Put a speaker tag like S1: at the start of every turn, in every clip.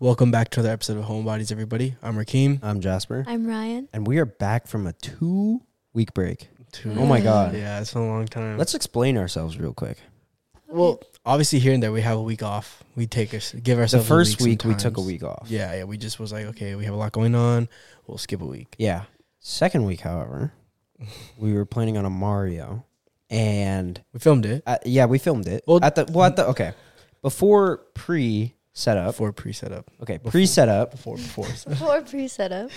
S1: Welcome back to another episode of Homebodies, everybody. I'm Rakeem.
S2: I'm Jasper,
S3: I'm Ryan.
S2: and we are back from a two week break. Oh my god.
S1: Yeah, it's been a long time.
S2: Let's explain ourselves real quick.
S1: well, obviously here and there we have a week off. We take us give
S2: The
S1: ourselves
S2: first
S1: a week,
S2: week, we took a
S1: sometimes.
S2: week off.
S1: Yeah, yeah. We just was like, okay, we have a lot going on. We'll skip a week.
S2: Yeah. Second week, however, we were planning on a Mario, and
S1: We filmed it
S2: uh, yeah, we filmed it.
S1: Well,
S2: Well, at the well, at the okay, before pre setup.
S1: before pre setup.
S2: Okay, pre setup,
S1: Before before
S3: Before pre setup.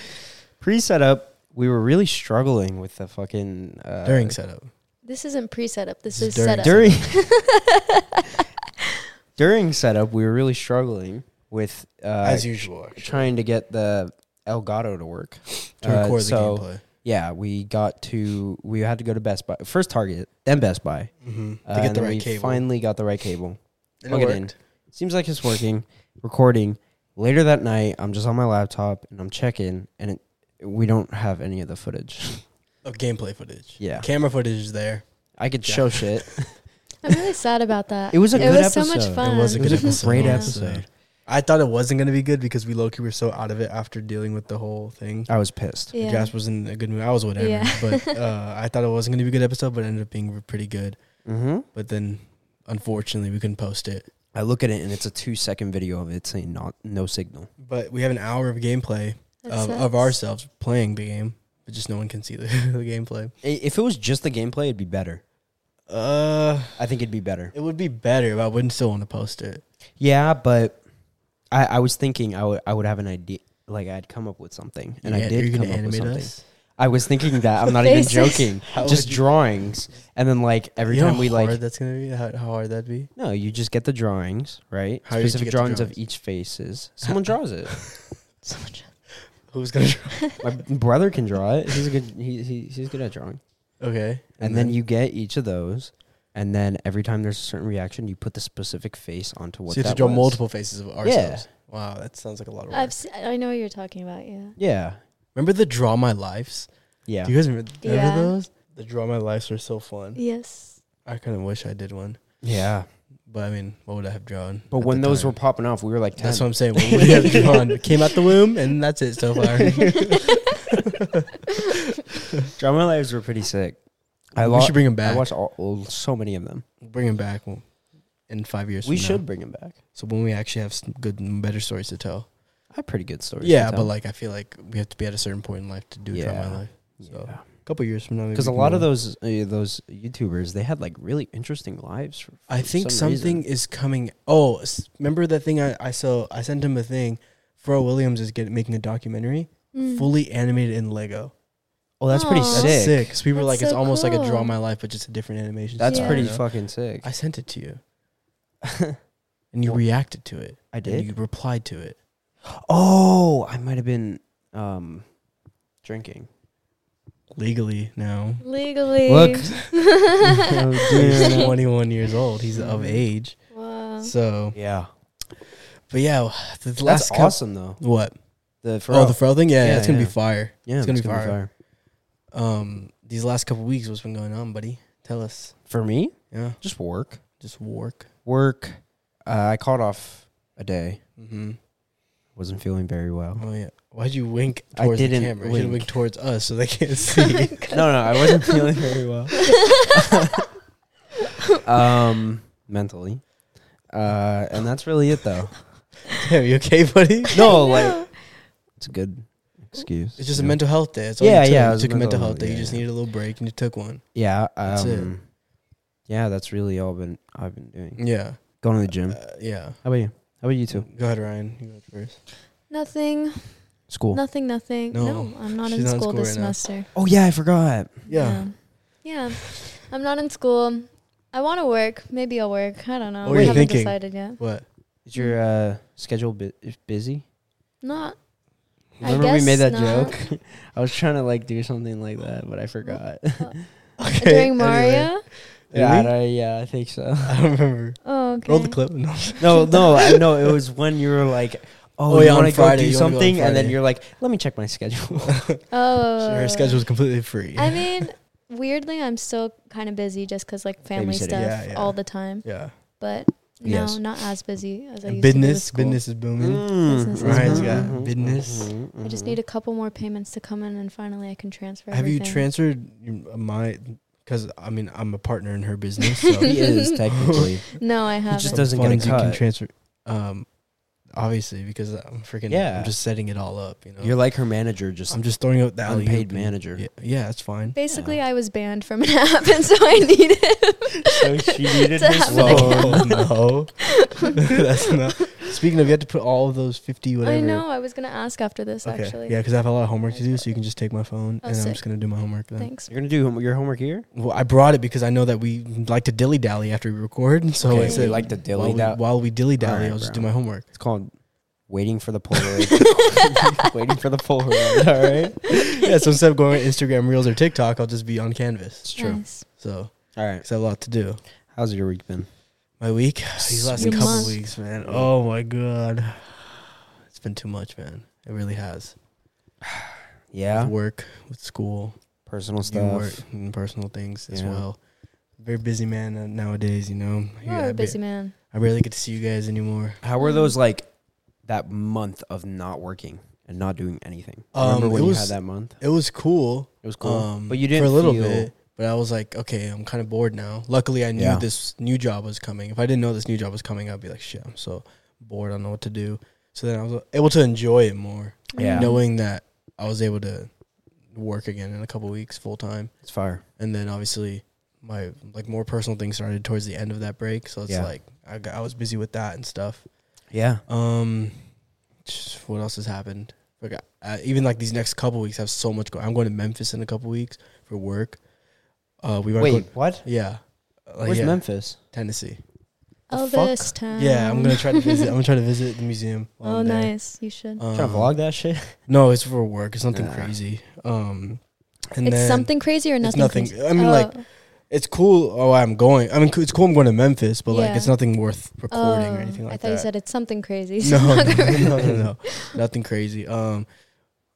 S2: pre setup. We were really struggling with the fucking uh,
S1: during setup.
S3: This isn't pre setup. This,
S1: This is
S3: is
S1: during-
S3: setup.
S2: during during setup. We were really struggling with uh,
S1: As usual, actually.
S2: trying to get the Elgato to work
S1: To
S2: Uh,
S1: record
S2: so,
S1: the gameplay.
S2: Yeah, we got to we had to go to Best Buy first Target, then Best Buy
S1: Mm-hmm.
S2: uh,
S1: to get
S2: and
S1: the
S2: then
S1: right
S2: we
S1: cable.
S2: Finally got the right cable.
S1: And
S2: plug
S1: it
S2: it in.
S1: worked.
S2: Seems like it's working. Recording later that night. I'm just on my laptop and I'm checking, and it, we don't have any of the footage.
S1: Of Oh, gameplay footage.
S2: yeah,
S1: Camera footage is there.
S2: I could
S1: Yeah.
S2: show shit.
S3: I'm really sad about that.
S2: It was a
S3: it
S2: good
S3: was so
S2: episode.
S3: much
S2: It
S3: fun.
S1: was a
S2: It
S1: good
S2: was a
S1: episode.
S2: great
S3: Yeah.
S2: episode.
S1: I thought it wasn't gonna be good because we low key were so out of it after dealing with the whole thing.
S2: I was pissed.
S3: Yeah.
S1: Jas was in a good mood. I was whatever.
S3: Yeah.
S1: but uh, I thought it wasn't going to be a good episode, but it ended up being pretty good.
S2: Mm-hmm.
S1: But then, unfortunately, we couldn't post it.
S2: I look at it and it's a two second video of it saying not no signal.
S1: But we have an hour of gameplay
S3: That
S1: of,
S3: sucks.
S1: of ourselves playing the game, but just no one can see the, the gameplay.
S2: I- If it was just the gameplay, it'd be better.
S1: Uh,
S2: I think it'd be better.
S1: it would be better, but I wouldn't still want to post it.
S2: Yeah, but I, I was thinking I would I would have an idea like I'd come up with something, and I
S1: Yeah,
S2: did
S1: you're
S2: come
S1: gonna
S2: up with
S1: animate
S2: something.
S1: us?
S2: I was thinking that I'm not even
S3: Faces.
S2: joking,
S1: How
S2: just
S1: would you-
S2: drawings, and then like every
S1: You know
S2: time we
S1: how
S2: like
S1: hard that's gonna be how, how hard that'd be.
S2: no, you just get the drawings right,
S1: How did you
S2: specific
S1: get the
S2: drawings, of
S1: drawings?
S2: each faces. Someone draws it.
S3: So much-
S1: Who's gonna? Draw?
S2: My brother can draw it. He's a good he, he he's good at drawing.
S1: Okay,
S2: And, then, you get each of those, and then every time there's a certain reaction, you put the specific face onto what
S1: so you
S2: that
S1: have to draw
S2: was.
S1: multiple faces of ourselves. Wow, that sounds like a lot of work.
S3: I've se- I know what you're talking about. Yeah.
S2: Yeah,
S1: remember the draw my lives?
S2: yeah.
S1: Do you guys remember, remember
S3: Yeah.
S1: those? The draw my lives were so fun.
S3: Yes.
S1: I kind of wish I did one,
S2: Yeah.
S1: but I mean, what would I have drawn?
S2: But
S1: at
S2: when
S1: the
S2: those
S1: time?
S2: were popping off, we were like 10.
S1: that's what I'm saying. What would I have drawn? It Came out the womb, and that's it so far.
S2: Drama lives were pretty sick. I,
S1: we
S2: lo-
S1: should bring them
S2: I
S1: back.
S2: watched all, all- so many of them.
S1: We'll bring them back w- in five years.
S2: We
S1: from now.
S2: should bring them back.
S1: So when we actually have some good, and better stories to tell.
S2: I have pretty good stories.
S1: yeah, but like I feel like we have to be at a certain point in life to do draw my
S2: Yeah.
S1: life. so- A couple years from now,
S2: because a lot of those uh, those YouTubers they had like really interesting lives. For,
S1: I think
S2: some reason.
S1: something is coming. Oh, s- remember that thing I, I saw? I sent him a thing. Pharrell Williams is getting making a documentary,
S3: Mm.
S1: fully animated in Lego.
S2: oh, that's pretty
S3: Aw.
S2: sick.
S1: That's sick. Cause we were
S3: That's
S1: like, it's
S3: so
S1: almost like a draw
S3: cool.
S1: my life, but just a different animation.
S2: That's
S1: style,
S2: pretty
S1: you know?
S2: fucking sick.
S1: I sent it to you,
S2: I,
S1: and you
S2: Well,
S1: reacted to it.
S2: did.
S1: And you replied to it.
S2: oh, I might have been um drinking.
S1: Legally now,
S3: Legally.
S2: Look. Oh,
S1: he's
S2: dear.
S1: 21 years old. He's
S2: Mm.
S1: of age.
S3: Wow.
S1: So,
S2: yeah,
S1: but yeah, the the last
S2: that's
S1: cou-
S2: awesome though.
S1: What?
S2: The
S1: Oh,
S2: Pharrell.
S1: the Pharrell thing. Yeah, yeah,
S2: Yeah,
S1: it's gonna
S2: yeah.
S1: be fire.
S2: yeah,
S1: it's gonna be fire. Um, these last couple weeks, what's been going on, buddy? Tell us.
S2: For me,
S1: Yeah,
S2: just work.
S1: just work.
S2: work. Uh, I called off a day.
S1: Mm-hmm.
S2: Wasn't feeling very well.
S1: Oh yeah. Why'd you wink
S2: I
S1: towards the
S2: didn't
S1: camera? You should
S2: wink.
S1: wink towards us so they can't see.
S2: No, no, I wasn't feeling very well. um, mentally. Uh, and that's really it though.
S1: Damn, you okay, buddy?
S2: No, like it's a good excuse.
S1: It's just a
S2: you know?
S1: mental health day. That's all
S2: Yeah,
S1: you took.
S2: yeah, it
S1: You
S2: was
S1: took a mental health day. You
S2: yeah,
S1: just
S2: yeah.
S1: needed a little break and you took one.
S2: Yeah.
S1: That's it.
S2: Um, yeah, that's really all been I've been doing.
S1: Yeah.
S2: Going to the gym.
S1: Uh, yeah.
S2: How about you? How about you two?
S1: Go ahead, Ryan. You go first.
S3: Nothing.
S2: School.
S3: Nothing. Nothing.
S1: No.
S3: No, I'm not
S1: She's
S3: in
S1: not in school
S3: school, this
S1: right now.
S3: semester.
S2: Oh yeah, I forgot.
S1: Yeah.
S3: Yeah. Yeah. I'm not in school. I want to work. Maybe I'll work. I don't know.
S1: What were
S3: I
S1: you
S3: haven't
S1: thinking?
S3: decided yet.
S1: What?
S2: Is your uh, schedule bu- is busy?
S3: Not. I
S2: Remember we made
S3: guess
S2: that
S3: not.
S2: joke? I was trying to like do something like that, but I forgot.
S1: Okay.
S3: During Mario?
S1: anyway.
S2: Yeah,
S1: Really?
S2: I, yeah, I think so.
S1: I don't remember.
S3: Oh, okay.
S1: Roll the clip. No.
S2: No, no, I know it was when you were like, "Oh,
S1: Oh, yeah,
S2: you
S1: on
S2: want to go
S1: Friday,
S2: do
S1: you wanna go on
S2: something," and then
S1: Friday.
S2: you're like, "Let me check my schedule."
S3: Oh.
S1: Her schedule's completely free.
S3: I mean, weirdly, I'm still kind of busy just because, like, family
S2: Babysitting.
S3: stuff
S1: Yeah, yeah.
S3: all the time.
S1: yeah.
S3: But No,
S2: Yes.
S3: not as busy as I used
S1: business,
S3: to be with
S1: business is
S3: school. Mm.
S2: Mm.
S1: booming.
S3: Business is
S1: Ryan's
S3: booming.
S1: got business.
S3: I
S1: mm-hmm.
S3: just need a couple more payments to come in, and finally I can transfer.
S1: Have you
S3: everything.
S1: transferred your- uh, my? Because I mean, I'm a partner in her business, so
S2: He is technically.
S3: No, I haven't.
S2: just doesn't get a
S1: funds you can
S2: cut.
S1: transfer. Um, obviously, because I'm freaking.
S2: Yeah.
S1: I'm just setting it all up. You know,
S2: You're like her manager, just
S1: I'm just throwing out the alley-oop
S2: unpaid
S1: and-
S2: manager.
S1: Yeah, yeah, that's fine.
S3: Basically, I was banned from an app, and so I needed.
S2: So she needed
S3: To his have an phone.
S1: Whoa, no, that's not. Speaking of, you have to put all of those fifty whatever.
S3: I know. I was gonna ask after this
S1: Okay.
S3: actually.
S1: Yeah, because I have a lot of homework to do, so you can just take my phone,
S3: Oh,
S1: and I'm
S3: sick.
S1: just gonna do my homework then.
S3: Thanks.
S2: You're gonna do hom- your homework here.
S1: Well, I brought it because I know that we like to dilly dally after we record, and so
S3: Okay.
S1: I
S2: so
S1: said
S2: you Oh, like to
S1: while
S2: dilly
S1: we,
S2: that.
S1: while we dilly dally,
S2: Alright,
S1: I'll just
S2: bro.
S1: do my homework.
S2: It's called waiting for the Polaroid. waiting for the Polaroid. All right.
S1: yeah, so instead of going on Instagram Reels or TikTok, I'll just be on Canvas.
S2: It's true.
S3: Nice.
S1: So,
S2: All right.
S1: cause I have a lot to do.
S2: How's your week been?
S1: My week, these last
S3: Your
S1: couple
S3: month.
S1: weeks, man. Oh my god, it's been too much, man. It really has.
S2: Yeah.
S1: With work, with school,
S2: Personal
S1: you
S2: stuff.
S1: work and personal things as
S2: Yeah.
S1: well. Very busy man uh, nowadays, you know.
S3: You're
S1: Yeah, I
S3: a
S1: ba-
S3: busy man.
S1: I barely get to see you guys anymore.
S2: How were those like that month of not working and not doing anything? Remember
S1: Um,
S2: when
S1: it
S2: you
S1: was-
S2: had that month?
S1: It was cool,
S2: It was cool,
S1: um,
S2: but you didn't
S1: for a little
S2: feel-
S1: bit. But I was like, okay, I'm kind of bored now. Luckily, I knew
S2: Yeah.
S1: this new job was coming. If I didn't know this new job was coming, I'd be like, shit, I'm so bored. I don't know what to do. So then I was able to enjoy it more,
S2: Yeah.
S1: knowing that I was able to work again in a couple weeks full time.
S2: It's fire.
S1: and then obviously my like more personal things started towards the end of that break so it's
S2: Yeah.
S1: like I, got, I was busy with that and stuff
S2: Yeah.
S1: um just what else has happened like I, I, even like these next couple weeks I have so much going i'm going to memphis in a couple weeks for work uh we might
S2: Wait,
S1: go,
S2: what?
S1: yeah Uh,
S2: Where's
S1: yeah,
S2: Memphis?
S1: tennessee
S2: The
S3: Oh,
S2: fuck?
S3: this time.
S1: yeah i'm gonna try to visit i'm gonna try to visit the museum
S3: Oh,
S1: while I'm there.
S3: nice. You should.
S1: um,
S2: Trying to vlog that shit.
S1: no it's for work it's nothing
S2: Nah.
S1: crazy um and
S3: it's
S1: then
S3: something crazy or
S1: it's
S3: nothing.
S1: nothing-
S3: crazy?
S1: I mean, like,
S3: Oh,
S1: it's cool. Oh, I'm going. I mean, it's cool. I'm going to Memphis, but like,
S3: Yeah.
S1: it's nothing worth recording
S3: oh,
S1: or anything like
S3: I thought
S1: that.
S3: you said it's something crazy. so
S1: no, no,
S3: I'm not gonna-
S1: no, no, no, nothing crazy. Um,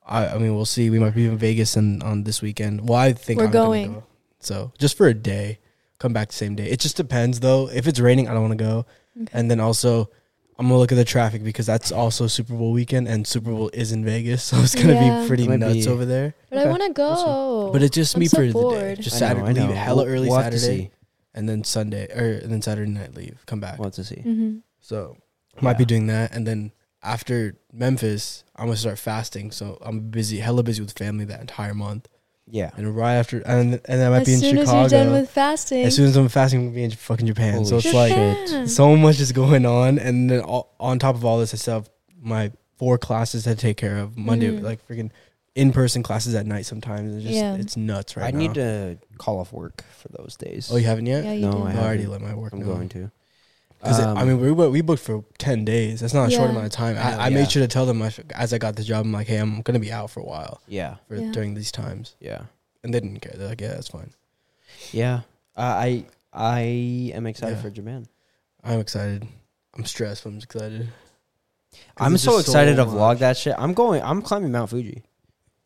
S1: I, I mean, we'll see. We might be in Vegas and on this weekend. Well, I think
S3: We're
S1: I'm gonna
S3: going.
S1: go. So just for a day, come back the same day. It just depends, though. If it's raining, I don't want to go.
S3: Okay.
S1: And then also, I'm gonna look at the traffic because that's also Super Bowl weekend, and Super Bowl is in Vegas, so it's gonna
S3: Yeah.
S1: be pretty
S2: It might
S1: nuts
S2: be-
S1: over there.
S3: But
S2: Okay.
S3: I want to go.
S1: But it's just
S3: I'm
S1: me
S3: so
S1: for the day.
S3: bored.
S1: Just
S2: I know,
S1: Saturday,
S2: I know.
S1: leave hella early
S2: We'll have to
S1: Saturday
S2: see.
S1: and then Sunday or and then Saturday night leave, come back.
S2: We'll have to see.
S3: hmm
S1: So might be
S2: Yeah.
S1: doing that, and then after Memphis, I'm gonna start fasting. So I'm busy, hella busy with family that entire month,
S2: Yeah.
S1: and right after, and and then I might
S3: as
S1: be in
S3: soon
S1: Chicago.
S3: as you're done with fasting,
S1: as soon as I'm fasting, I'm gonna be in fucking Japan. so
S2: Holy
S1: it's like
S3: Japan.
S1: so much is going on, and then all, on top of all this, I still have my four classes to take care of Monday,
S3: Mm.
S1: like freaking in person classes at night. Sometimes it's just
S3: Yeah.
S1: it's nuts right
S2: I
S1: now.
S2: need to call off work for those days.
S1: Oh, you haven't yet?
S3: yeah, you
S2: No,
S3: do.
S1: I
S2: I
S1: already
S2: haven't.
S1: let my work
S2: I'm
S1: know.
S2: going to.
S1: Because I
S2: Um,
S1: mean, we bu- we booked for ten days. That's not a short
S3: Yeah.
S1: amount of time.
S2: I know,
S1: I, I
S2: yeah.
S1: made sure to tell them I, as I got the job. I'm like, hey, I'm gonna be out for a while
S2: yeah,
S1: for
S3: Yeah.
S1: during these times,
S2: yeah,
S1: and they didn't care. They're like, yeah, that's fine.
S2: yeah. Uh, I I am excited
S1: Yeah.
S2: for Japan.
S1: I'm excited. I'm stressed, but I'm excited. 'Cause
S2: I'm
S1: it's
S2: so
S1: just
S2: excited to
S1: much.
S2: vlog that shit. I'm going. I'm climbing Mount Fuji.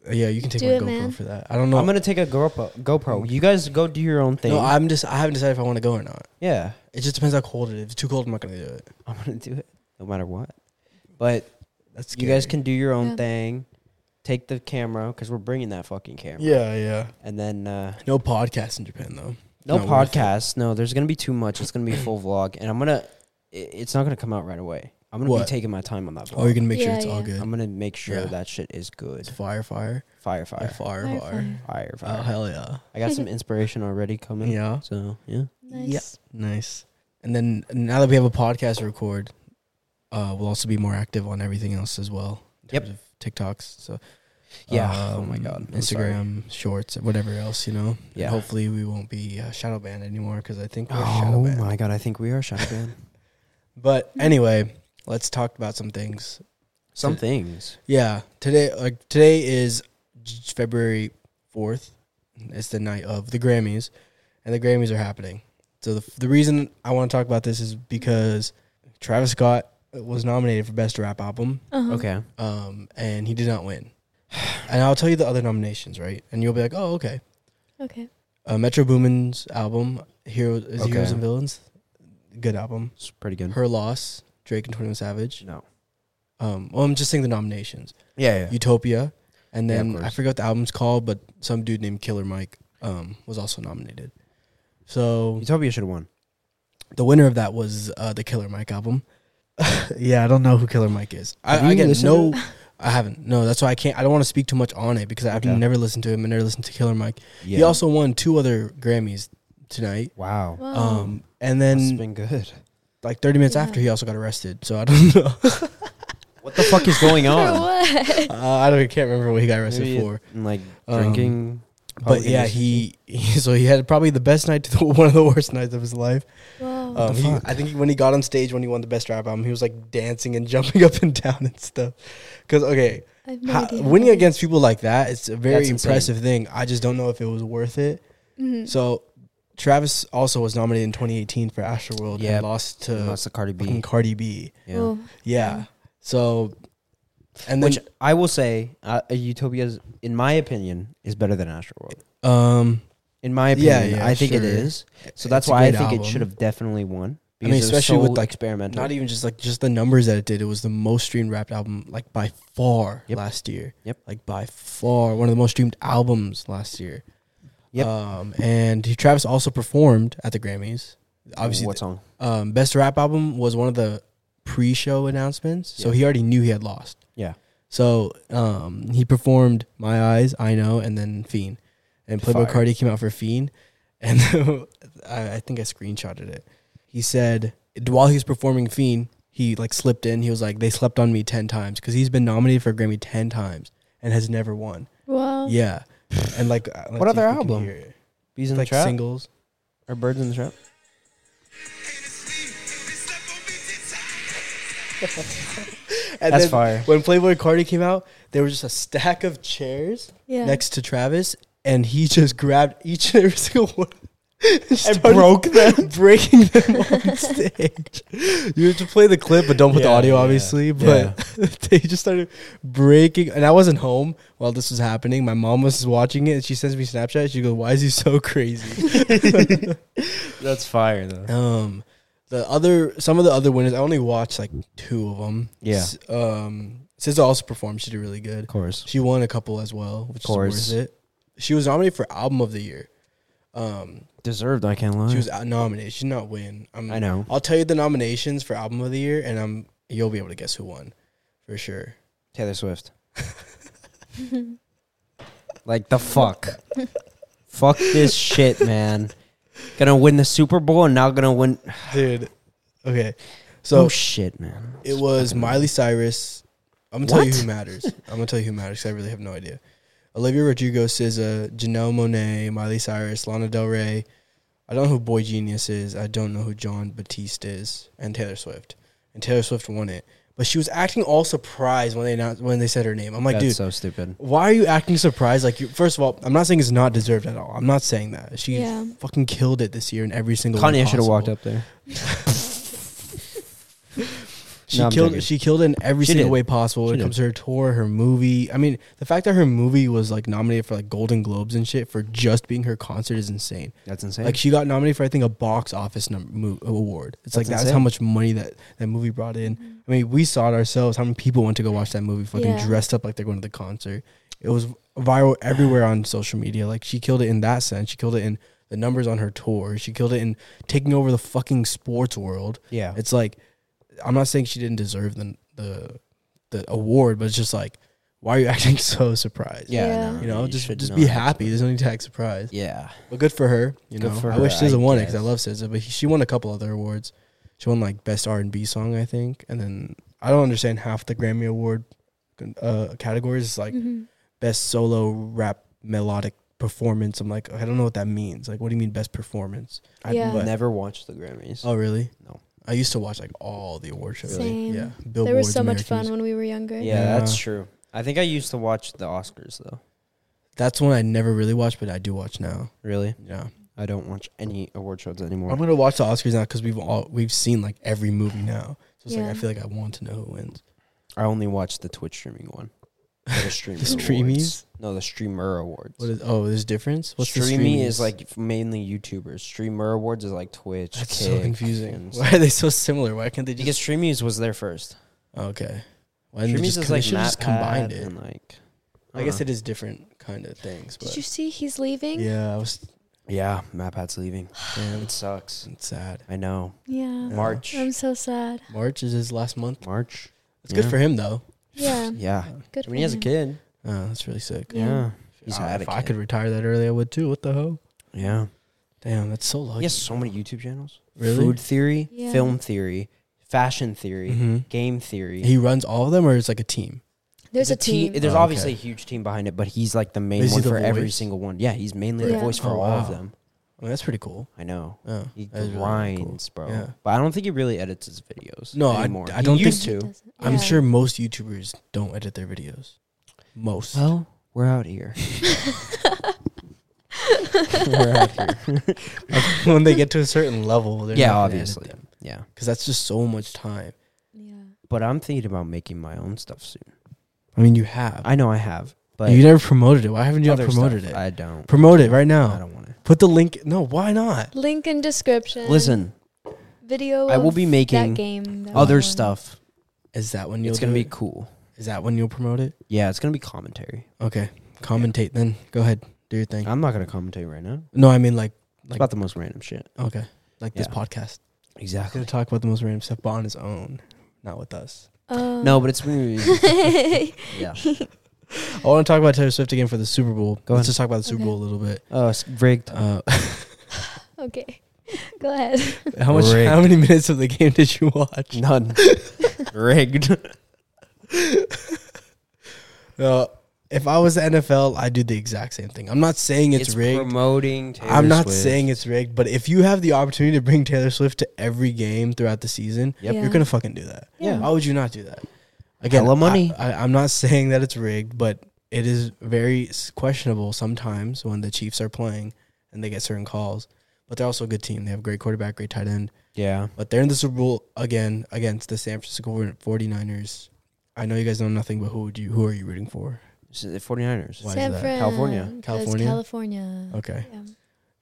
S1: Uh, Yeah, you can take
S3: Do
S1: my
S3: it,
S1: GoPro
S3: man.
S1: for that. I don't know.
S2: I'm gonna take a GoPro. GoPro. You guys go do your own thing.
S1: no, I'm just. I haven't decided if I want to go or not.
S2: yeah,
S1: It just depends how cold it is. If it's too cold, I'm not gonna do it.
S2: I'm gonna do it no matter what. But
S1: That's
S2: you guys
S1: scary.
S2: can do your own
S3: Yeah.
S2: thing. Take the camera because we're bringing that fucking camera.
S1: Yeah, yeah.
S2: And then uh,
S1: No podcast in Japan though.
S2: no
S1: Not worth it.
S2: podcast. No, there's gonna be too much. It's gonna be a full vlog, and I'm gonna. i- It's not gonna come out right away. I'm gonna
S1: What?
S2: be taking my time on that vlog.
S1: Oh, you can make sure
S3: Yeah,
S1: it's all
S3: yeah.
S1: good.
S2: I'm gonna make sure
S1: Yeah.
S2: that shit is good.
S1: it's fire, fire,
S2: Fire,
S1: fire,
S2: fire,
S1: fire,
S3: Fire,
S1: fire.
S2: fire,
S1: Oh
S2: fire.
S1: hell yeah.
S2: I got some inspiration already coming.
S1: Yeah.
S2: So yeah,
S3: Nice.
S1: Yeah. Nice. And then now that we have a podcast to record, uh, we'll also be more active on everything else as well. In
S2: Yep.
S1: terms of TikToks. So
S2: Yeah. Oh my God.
S1: um,
S2: I'm sorry.
S1: Instagram Shorts, whatever else you know.
S2: Yeah.
S1: hopefully we won't be uh, shadow banned anymore because I think we're shadow
S2: Oh
S1: banned.
S2: my god, I think we are shadow banned.
S1: But anyway, let's talk about some things.
S2: Some things.
S1: Yeah. Today, like today is j- February fourth. It's the night of the Grammys, and the Grammys are happening. So the the reason I want to talk about this is because Travis Scott was nominated for Best Rap Album,
S3: Uh-huh.
S2: Okay.
S1: um, and he did not win. And I'll tell you the other nominations, right? And you'll be like, oh, okay.
S3: Okay.
S1: Uh, Metro Boomin's album, Heroes, is it
S2: Okay.
S1: Heroes and Villains. good album.
S2: It's pretty good.
S1: Her Loss, Drake and Twenty One Savage.
S2: no.
S1: Um, well, I'm just saying the nominations.
S2: Yeah, yeah.
S1: Utopia, and
S2: Yeah, of
S1: then I
S2: course.
S1: forget what the album's called, but some dude named Killer Mike um, was also nominated. So
S2: Utopia should have won.
S1: the winner of that was uh, the Killer Mike album. yeah, I don't know who Killer Mike is. I, I get no. I haven't. No, that's why I can't. I don't want to speak too much on it because I've
S2: Okay.
S1: never listened to him and never listened to Killer Mike.
S2: Yeah.
S1: He also won two other Grammys tonight.
S2: wow.
S3: Wow.
S1: Um, and
S2: That's
S1: then
S2: been good.
S1: like 30 minutes
S3: Yeah.
S1: after, he also got arrested. So I don't know.
S2: What the fuck is going
S3: For
S2: on?
S3: what?
S1: uh, I don't. can't remember what he got arrested
S2: Maybe it-
S1: for.
S2: And, like
S1: Um,
S2: drinking.
S1: But
S2: public
S1: yeah, he, he- so he had probably the best night to the, one of the worst nights of his life.
S3: Wow.
S1: Um,
S2: the
S1: he,
S2: fuck?
S1: I think when he got on stage when he won the best rap album, he was like dancing and jumping up and down and stuff. Because okay,
S3: I have no
S1: how-
S3: idea.
S1: winning against people like that, it's a very
S2: That's insane.
S1: impressive thing. I just don't know if it was worth it.
S3: Mhm.
S1: So Travis also was nominated in 2018 for Astroworld
S2: Yeah,
S1: and lost
S2: investigation.
S1: to
S2: That's the Cardi
S1: fucking
S2: B.
S1: Cardi B.
S2: Yeah.
S3: Oh,
S1: Yeah. So, and then
S2: Which I will say, uh, Utopia's, in my opinion, is better than Astroworld.
S1: um,
S2: In my
S1: Yeah,
S2: opinion,
S1: yeah,
S2: I think it
S1: sure.
S2: is. So
S1: It's
S2: that's
S1: a
S2: why I
S1: great
S2: think it
S1: album.
S2: should have definitely won.
S1: I mean,
S2: because it was
S1: especially
S2: so
S1: with, like,
S2: experimental.
S1: not even just like just the numbers that it did. It was the most streamed rap album like by far
S2: Yep.
S1: last year.
S2: Yep.
S1: Like by far one of the most streamed albums last year.
S2: Yep.
S1: Um, and he- Travis also performed at the Grammys. Obviously,
S2: what song?
S1: um, best rap album was one of the pre-show announcements, so
S2: Yeah.
S1: he already knew he had lost.
S2: Yeah.
S1: So um, he performed "My Eyes," "I Know," and then "Fiend," and Playboy
S2: Fire.
S1: Cardi came out for "Fiend," and I, I think I screenshotted it. He said while he was performing "Fiend," he like slipped in. He was like, "They slept on me ten times" because he's been nominated for a Grammy ten times and has never won.
S3: wow.
S1: Yeah, and like uh, let's
S2: Oh. What
S1: see
S2: other
S1: if we can
S2: album?
S1: hear it.
S2: Bees in
S1: Like
S2: the Trap?
S1: singles.
S2: or Birds in the Trap?
S1: And
S2: That's
S1: then
S2: fire.
S1: When Playboy Cardi came out, there was just a stack of chairs
S3: Yeah.
S1: next to Travis, and he just grabbed each and every single one and started
S2: broke them?
S1: breaking them on stage. You have to play the clip, but don't put the
S2: Yeah,
S1: audio,
S2: yeah,
S1: obviously. But they just started breaking, and I wasn't home while this was happening. My mom was watching it, and she sends me Snapchat. She goes, "Why is he so crazy?"
S2: That's fire, though.
S1: Um, the other some of the other winners, I only watched like two of them.
S2: Yeah.
S1: S- um, SZA also performed. She did really good.
S2: Of course.
S1: She won a couple as well, which is
S2: Course.
S1: worth it. She was nominated for album of the year. Um,
S2: Deserved, I can't lie.
S1: she was out- nominated. She did not win. I'm,
S2: I know.
S1: I'll tell you the nominations for album of the year, and I'm you'll be able to guess who won, for sure.
S2: Taylor Swift. like the fuck. fuck this shit, man. Gonna win the Super Bowl and now gonna win.
S1: Dude, okay. So
S2: So, oh shit, man.
S1: it was Miley Cyrus. I'm gonna tell you
S2: What?
S1: who matters. I'm gonna tell you who matters. 'cause I really have no idea. Olivia Rodrigo, SZA, Janelle Monet, Miley Cyrus, Lana Del Rey. I don't know who Boy Genius is. I don't know who John Batiste is, and Taylor Swift. And Taylor Swift won it, but she was acting all surprised when they announced, when they said her name. I'm like,
S2: That's
S1: dude,
S2: so stupid.
S1: why are you acting surprised? Like, you, first of all, I'm not saying it's not deserved at all. I'm not saying that. She
S3: Yeah.
S1: fucking killed it this year in every single. way
S2: Kanye should
S1: possible.
S2: have walked up there.
S1: She
S2: No, I'm
S1: killed.
S2: joking.
S1: She killed in every
S2: She
S1: single
S2: did.
S1: way possible when
S2: She
S1: it comes to her tour, her movie. I mean, the fact that her movie was like nominated for like Golden Globes and shit for just being her concert is insane.
S2: That's insane.
S1: Like she got nominated for I think a box office num- mo- award. It's like
S2: That's
S1: that's
S2: insane.
S1: how much money that that movie brought in. I mean, we saw it ourselves. How many people went to go watch that movie, fucking
S3: Yeah.
S1: dressed up like they're going to the concert. It was viral everywhere on social media. Like she killed it in that sense. She killed it in the numbers on her tour. She killed it in taking over the fucking sports world.
S2: yeah.
S1: It's like I'm not saying she didn't deserve the the the award, but it's just like why are you acting so surprised?
S2: yeah.
S3: Yeah.
S2: no,
S1: You know, just
S2: should
S1: just
S2: know
S1: be
S2: that.
S1: happy. There's no need to act surprised.
S2: Yeah.
S1: But good for her. You
S2: Good
S1: know,
S2: for
S1: I
S2: her,
S1: wish SZA
S2: I
S1: won it because I
S2: guess.
S1: love SZA, but he, she won a couple other awards. She won like best R and B song, I think, and then I don't understand half the Grammy award uh, categories. It's like
S2: Mm-hmm.
S3: Mhm.
S1: best solo rap melodic performance. I'm like, I don't know what that means. Like, what do you mean best performance? I-
S3: Yeah.
S1: but-
S2: Never watched the Grammys.
S1: Oh, really?
S2: No.
S1: I used to watch like all the award shows.
S3: Same.
S1: Yeah.
S3: There
S1: Billboards,
S3: was so much
S1: Americans.
S3: fun when we were younger.
S2: yeah,
S1: Yeah.
S2: that's true. I think I used to watch the Oscars though.
S1: That's one I never really watched, but I do watch now.
S2: Really?
S1: Yeah.
S2: I don't watch any award shows anymore.
S1: I'm gonna watch the Oscars now because we've all we've seen like every movie now. So it's
S3: Yeah.
S1: like I feel like I want to know who wins.
S2: I only watch the Twitch streaming one. the streamer
S1: The streamies?
S2: awards. No, the streamer awards.
S1: What is? Oh, there's difference. What's the
S2: Streamy
S1: streamies?
S2: is like mainly YouTubers. Streamer awards is like Twitch.
S1: That's so
S2: Kick,
S1: confusing.
S2: and
S1: Why are they so similar? Why can't they just?
S2: Because Streamies was there first.
S1: okay. Why didn't they
S2: Streamies
S1: just,
S2: is
S1: they
S2: like
S1: should just combined it?
S2: And like, uh,
S1: I guess it is different kind of things,
S3: Did
S1: but
S3: you see he's leaving?
S1: yeah, I was
S2: Yeah, MatPat's leaving.
S1: damn
S2: It sucks.
S1: it's sad.
S2: I know.
S3: Yeah.
S1: Yeah.
S2: March.
S3: I'm so sad.
S1: March is his last month.
S2: March.
S1: It's good
S2: Yeah.
S1: for him though.
S3: Yeah.
S2: Yeah.
S3: Good.
S2: When he has a
S3: for him.
S2: kid.
S1: Oh, that's really sick.
S3: Yeah.
S2: Yeah. He's
S1: Oh,
S2: had a
S1: if I
S2: kid.
S1: could retire that early, I would too. What the hell?
S2: Yeah.
S1: Damn, that's so lucky.
S2: He has so many YouTube channels.
S1: Really?
S2: Food theory,
S3: Yeah.
S2: film theory, fashion theory,
S1: Mhm.
S2: game theory.
S1: He runs all of them, or it's like a team.
S3: There's a
S2: It's
S3: team.
S2: There's
S1: Oh, okay.
S2: obviously a huge team behind it, but he's like the main
S1: Is he
S2: one
S1: the
S2: for every
S1: voice?
S2: single one. Yeah, he's mainly the
S3: Yeah.
S2: voice for
S1: Oh,
S2: all of
S1: wow.
S2: them.
S1: I mean, that's pretty cool.
S2: I know.
S1: Oh,
S2: He
S1: that is really, really
S2: grinds,
S1: cool.
S2: bro.
S1: Yeah.
S2: But I don't think he really edits his videos.
S1: No, I-
S2: anymore.
S1: I don't
S2: he
S1: think-
S2: used to.
S3: Doesn't-
S1: I'm
S3: yeah.
S1: sure most YouTubers don't edit their videos. Most.
S2: Well, we're out here. we're out here.
S1: when they get to a certain level, they're
S2: Yeah,
S1: not gonna edit
S2: obviously.
S1: them.
S2: Yeah,
S1: because that's just so much time.
S3: Yeah.
S2: but I'm thinking about making my own stuff soon.
S1: I mean, you have.
S2: I know I have, but
S1: you never promoted it. Why haven't you not
S2: other
S1: promoted
S2: stuff,
S1: it?
S2: I don't.
S1: Promote it right
S2: I
S1: now.
S2: don't want to.
S1: Put the link. No, why not?
S3: Link in description.
S2: Listen,
S3: Video.
S2: I will
S3: of
S2: be making
S3: that game. that
S2: other
S3: one.
S2: stuff.
S1: Is that when you'll?
S2: It's gonna
S1: do
S2: be
S1: it?
S2: cool.
S1: Is that when you'll promote it?
S2: Yeah, it's gonna be commentary.
S1: Okay, commentate then. Go ahead, do your thing.
S2: I'm not gonna commentate right now.
S1: no, I mean like
S2: It's
S1: Like-
S2: about the most random shit.
S1: okay, like this
S2: Yeah.
S1: podcast. He's
S2: Exactly.
S1: gonna talk about the most random stuff, but on his own, not with us.
S3: Oh.
S2: No, but it's movies. yeah.
S1: I want to talk about Taylor Swift again for the Super Bowl.
S2: Go ahead.
S1: Let's just talk about the Super
S3: Okay.
S1: Bowl a little bit.
S2: Oh, it's rigged.
S1: Uh,
S3: okay. Go ahead.
S1: how much?
S2: Rigged.
S1: How many minutes of the game did you watch?
S2: None. rigged.
S1: Uh, if I was the NFL, I'd do the exact same thing. I'm not saying it's, rigged.
S2: Promoting. Taylor
S1: I'm not
S2: Swift.
S1: saying it's rigged, but if you have the opportunity to bring Taylor Swift to every game throughout the season,
S2: Yep.
S3: Yeah.
S1: you're gonna fucking do that.
S2: Yeah.
S1: Why would you not do that? Again,
S2: Hella money.
S1: I, I, I'm not saying that it's rigged, but it is very s- questionable sometimes when the Chiefs are playing and they get certain calls. But they're also a good team. They have a great quarterback, great tight end.
S2: Yeah.
S1: But they're in the Super Bowl again against the San Francisco 49ers. I know you guys know nothing, but who would you who are you rooting for?
S2: This is the 49ers.
S1: Why is
S3: San
S1: that?
S3: Fran.
S2: California.
S3: 'cause
S1: California?
S3: California.
S1: Okay.
S3: Yeah.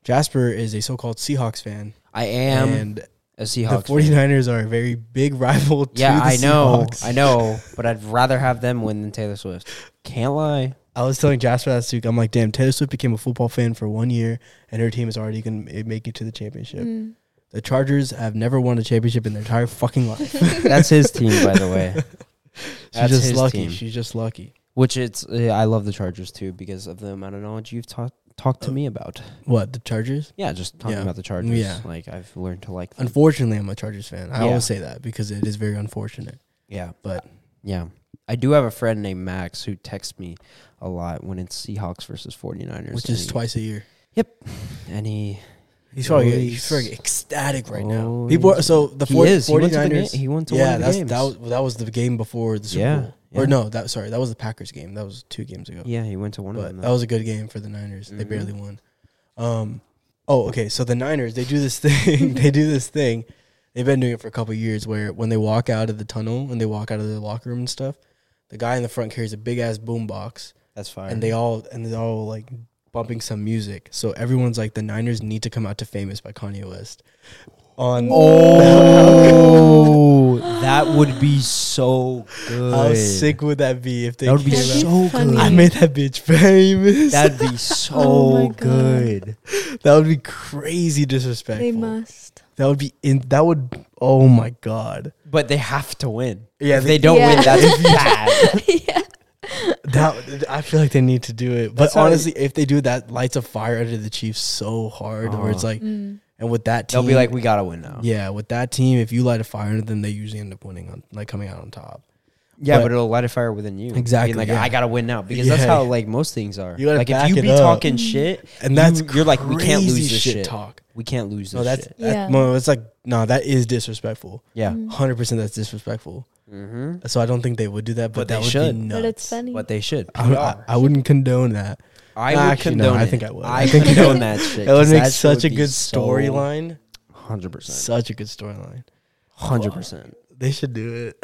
S1: Jasper is a so-called Seahawks fan,
S2: I am
S1: and
S2: a
S1: the
S2: Seahawks. fan.
S1: 49ers are a very big rival to
S2: Yeah,
S1: the
S2: I know.
S1: Seahawks.
S2: I know. But I'd rather have them win than Taylor Swift. Can't lie.
S1: I was telling Jasper last week, I'm like, damn, Taylor Swift became a football fan for one year, and her team is already going to make it to the championship.
S3: Mm.
S1: The Chargers have never won a championship in their entire fucking life.
S2: That's his team, by the way.
S1: She's
S2: That's
S1: just
S2: his
S1: lucky.
S2: team.
S1: She's just lucky.
S2: Which it's. Uh, I love the Chargers too because of the amount of knowledge you've taught talked to me about.
S1: What, the Chargers?
S2: Yeah, just talking
S1: Oh. Yeah.
S2: about the Chargers.
S1: Yeah.
S2: Like I've learned to like them.
S1: Unfortunately, I'm a Chargers fan. I
S2: Yeah.
S1: always say that because it is very unfortunate.
S2: yeah.
S1: But
S2: Yeah. I do have a friend named Max who texts me a lot when it's Seahawks versus 49ers.
S1: which
S2: and
S1: is
S2: he-
S1: twice a year.
S2: And he.
S1: He's probably,
S2: Always.
S1: he's probably ecstatic right now.
S2: Always.
S1: People are, so the
S2: He
S1: 40,
S2: is. He went to the
S1: 49ers.
S2: ga- he went to one
S1: yeah,
S2: of the
S1: that's,
S2: games.
S1: that was that was the game before the Super
S2: Yeah,
S1: Bowl. Or
S2: yeah.
S1: no, that sorry, that was the Packers game. That was two games ago.
S2: Yeah, he went to one of
S1: but
S2: them.
S1: that was a good game for the Niners. They
S2: Mhm.
S1: barely won. Um, oh, okay. So the Niners, they do this thing. they do this thing. They've been doing it for a couple of years, where when they walk out of the tunnel and they walk out of the locker room and stuff, the guy in the front carries a big ass boom box,
S2: That's fire.
S1: and they all and they're all like bumping some music. So everyone's like, the Niners need to come out to "Famous" by Kanye West. On
S2: Oh, that would be so good.
S1: how sick would that be if they?
S2: That would be
S1: came out?
S3: That'd be
S2: so
S3: funny.
S2: good.
S1: I made that bitch famous. That,
S2: That'd be so
S3: Oh my God.
S2: good.
S1: would be crazy disrespectful.
S3: They must.
S1: That would be in. That would. Oh my god.
S2: But they have to win.
S1: Yeah,
S2: If they don't
S3: Yeah.
S2: win, that's bad.
S3: yeah.
S1: that. I feel like they need to do it. But
S2: That's how
S1: honestly, if they do that, lights of fire under the Chiefs so hard, where it's
S2: Uh-huh.
S1: like,
S3: Mm.
S1: and with that team,
S2: They'll be like, we gotta win now.
S1: yeah, with that team, if you light a fire under them, they usually end up winning on, like coming out on top.
S2: Yeah,
S1: But-
S2: but, it'll light a fire within you.
S1: Exactly,
S2: Being like
S1: yeah.
S2: I gotta win now because that's
S1: Yeah.
S2: how like most things are.
S1: You gotta
S2: like
S1: back
S2: if you
S1: it
S2: be
S1: up.
S2: talking shit,
S1: And that's
S2: you, are like we can't
S1: crazy
S2: lose this shit.
S1: talk.
S2: We can't lose this
S1: No, that's
S2: shit.
S1: that,
S3: Yeah. Mm.
S1: no, it's like no, that is disrespectful.
S2: Yeah,
S1: Hundred percent, that's disrespectful.
S2: mm-hmm.
S1: So I don't think they would do that, but,
S2: But they
S1: that would
S2: should.
S1: be nuts.
S3: But it's funny.
S2: but they should.
S1: I, I, I wouldn't condone that.
S2: I
S1: Nah,
S2: would
S1: actually, no,
S2: condone.
S1: I
S2: it.
S1: think I would. I
S2: I
S1: think-
S2: condone that shit.
S1: That would make such a good storyline.
S2: Hundred percent.
S1: Such a good storyline.
S2: Hundred percent.
S1: They should do it.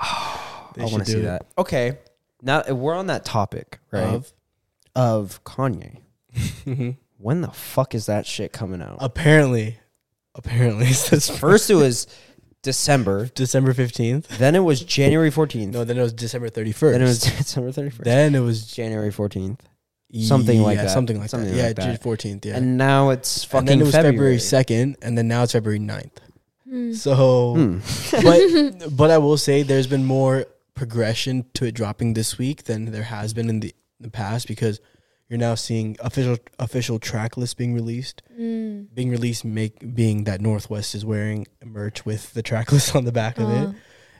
S2: I want to see that. Okay, now uh, we're on that topic, right? Of,
S1: Of
S2: Kanye.
S1: Mm-hmm.
S2: When the fuck is that shit coming out?
S1: apparently, apparently it's this
S2: First, it was December.
S1: December fifteenth.
S2: Then it was January 14th.
S1: No, then it was December thirty
S2: then it was
S1: first.
S2: December 31st.
S1: Then it was
S2: January 14th. Something like
S1: yeah,
S2: that.
S1: Something like
S2: Something
S1: that.
S2: like
S1: yeah,
S2: that.
S1: June fourteenth. Yeah.
S2: And now it's fucking
S1: And then it was
S2: February.
S1: February second, and then now it's February 9th.
S3: Hmm.
S1: So,
S2: Hmm.
S1: but but I will say there's been more progression to it dropping this week than there has been in the, the past because you're now seeing official official track lists being released.
S3: Hmm.
S1: Being released make being that Northwest is wearing merch with the track list on the back of
S3: Aw.
S1: it.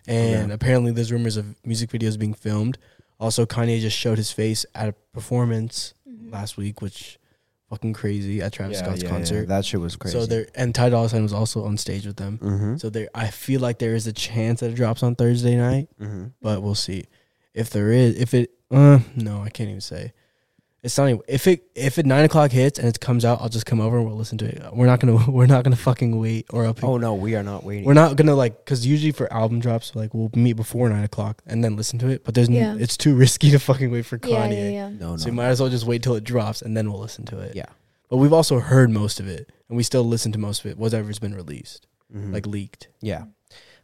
S1: And apparently there's rumors of music videos being filmed. Also Kanye just showed his face at a performance
S3: Mhm.
S1: last week, which fucking crazy at Travis Scott's concert.
S2: That shit was crazy.
S1: So there and Ty Dolla Sign was also on stage with them.
S2: Mm-hmm.
S1: So there, I feel like there is a chance that it drops on Thursday night,
S2: mm-hmm.
S1: but we'll see. If there is, if it, uh, no, I can't even say. It's not even if it if it nine o'clock hits and it comes out, I'll just come over and we'll listen to it. We're not gonna we're not gonna fucking wait or up.
S2: Oh no, we are not waiting.
S1: We're not gonna like because usually for album drops, like we'll meet before nine o'clock and then listen to it. But there's
S3: Yeah.
S1: n- it's too risky to fucking wait for Kanye,
S3: Yeah, yeah, yeah.
S2: no, no.
S1: so you might as well just wait till it drops and then we'll listen to it.
S2: Yeah.
S1: but we've also heard most of it and we still listen to most of it, whatever's been released,
S2: Mhm.
S1: like leaked.
S2: yeah,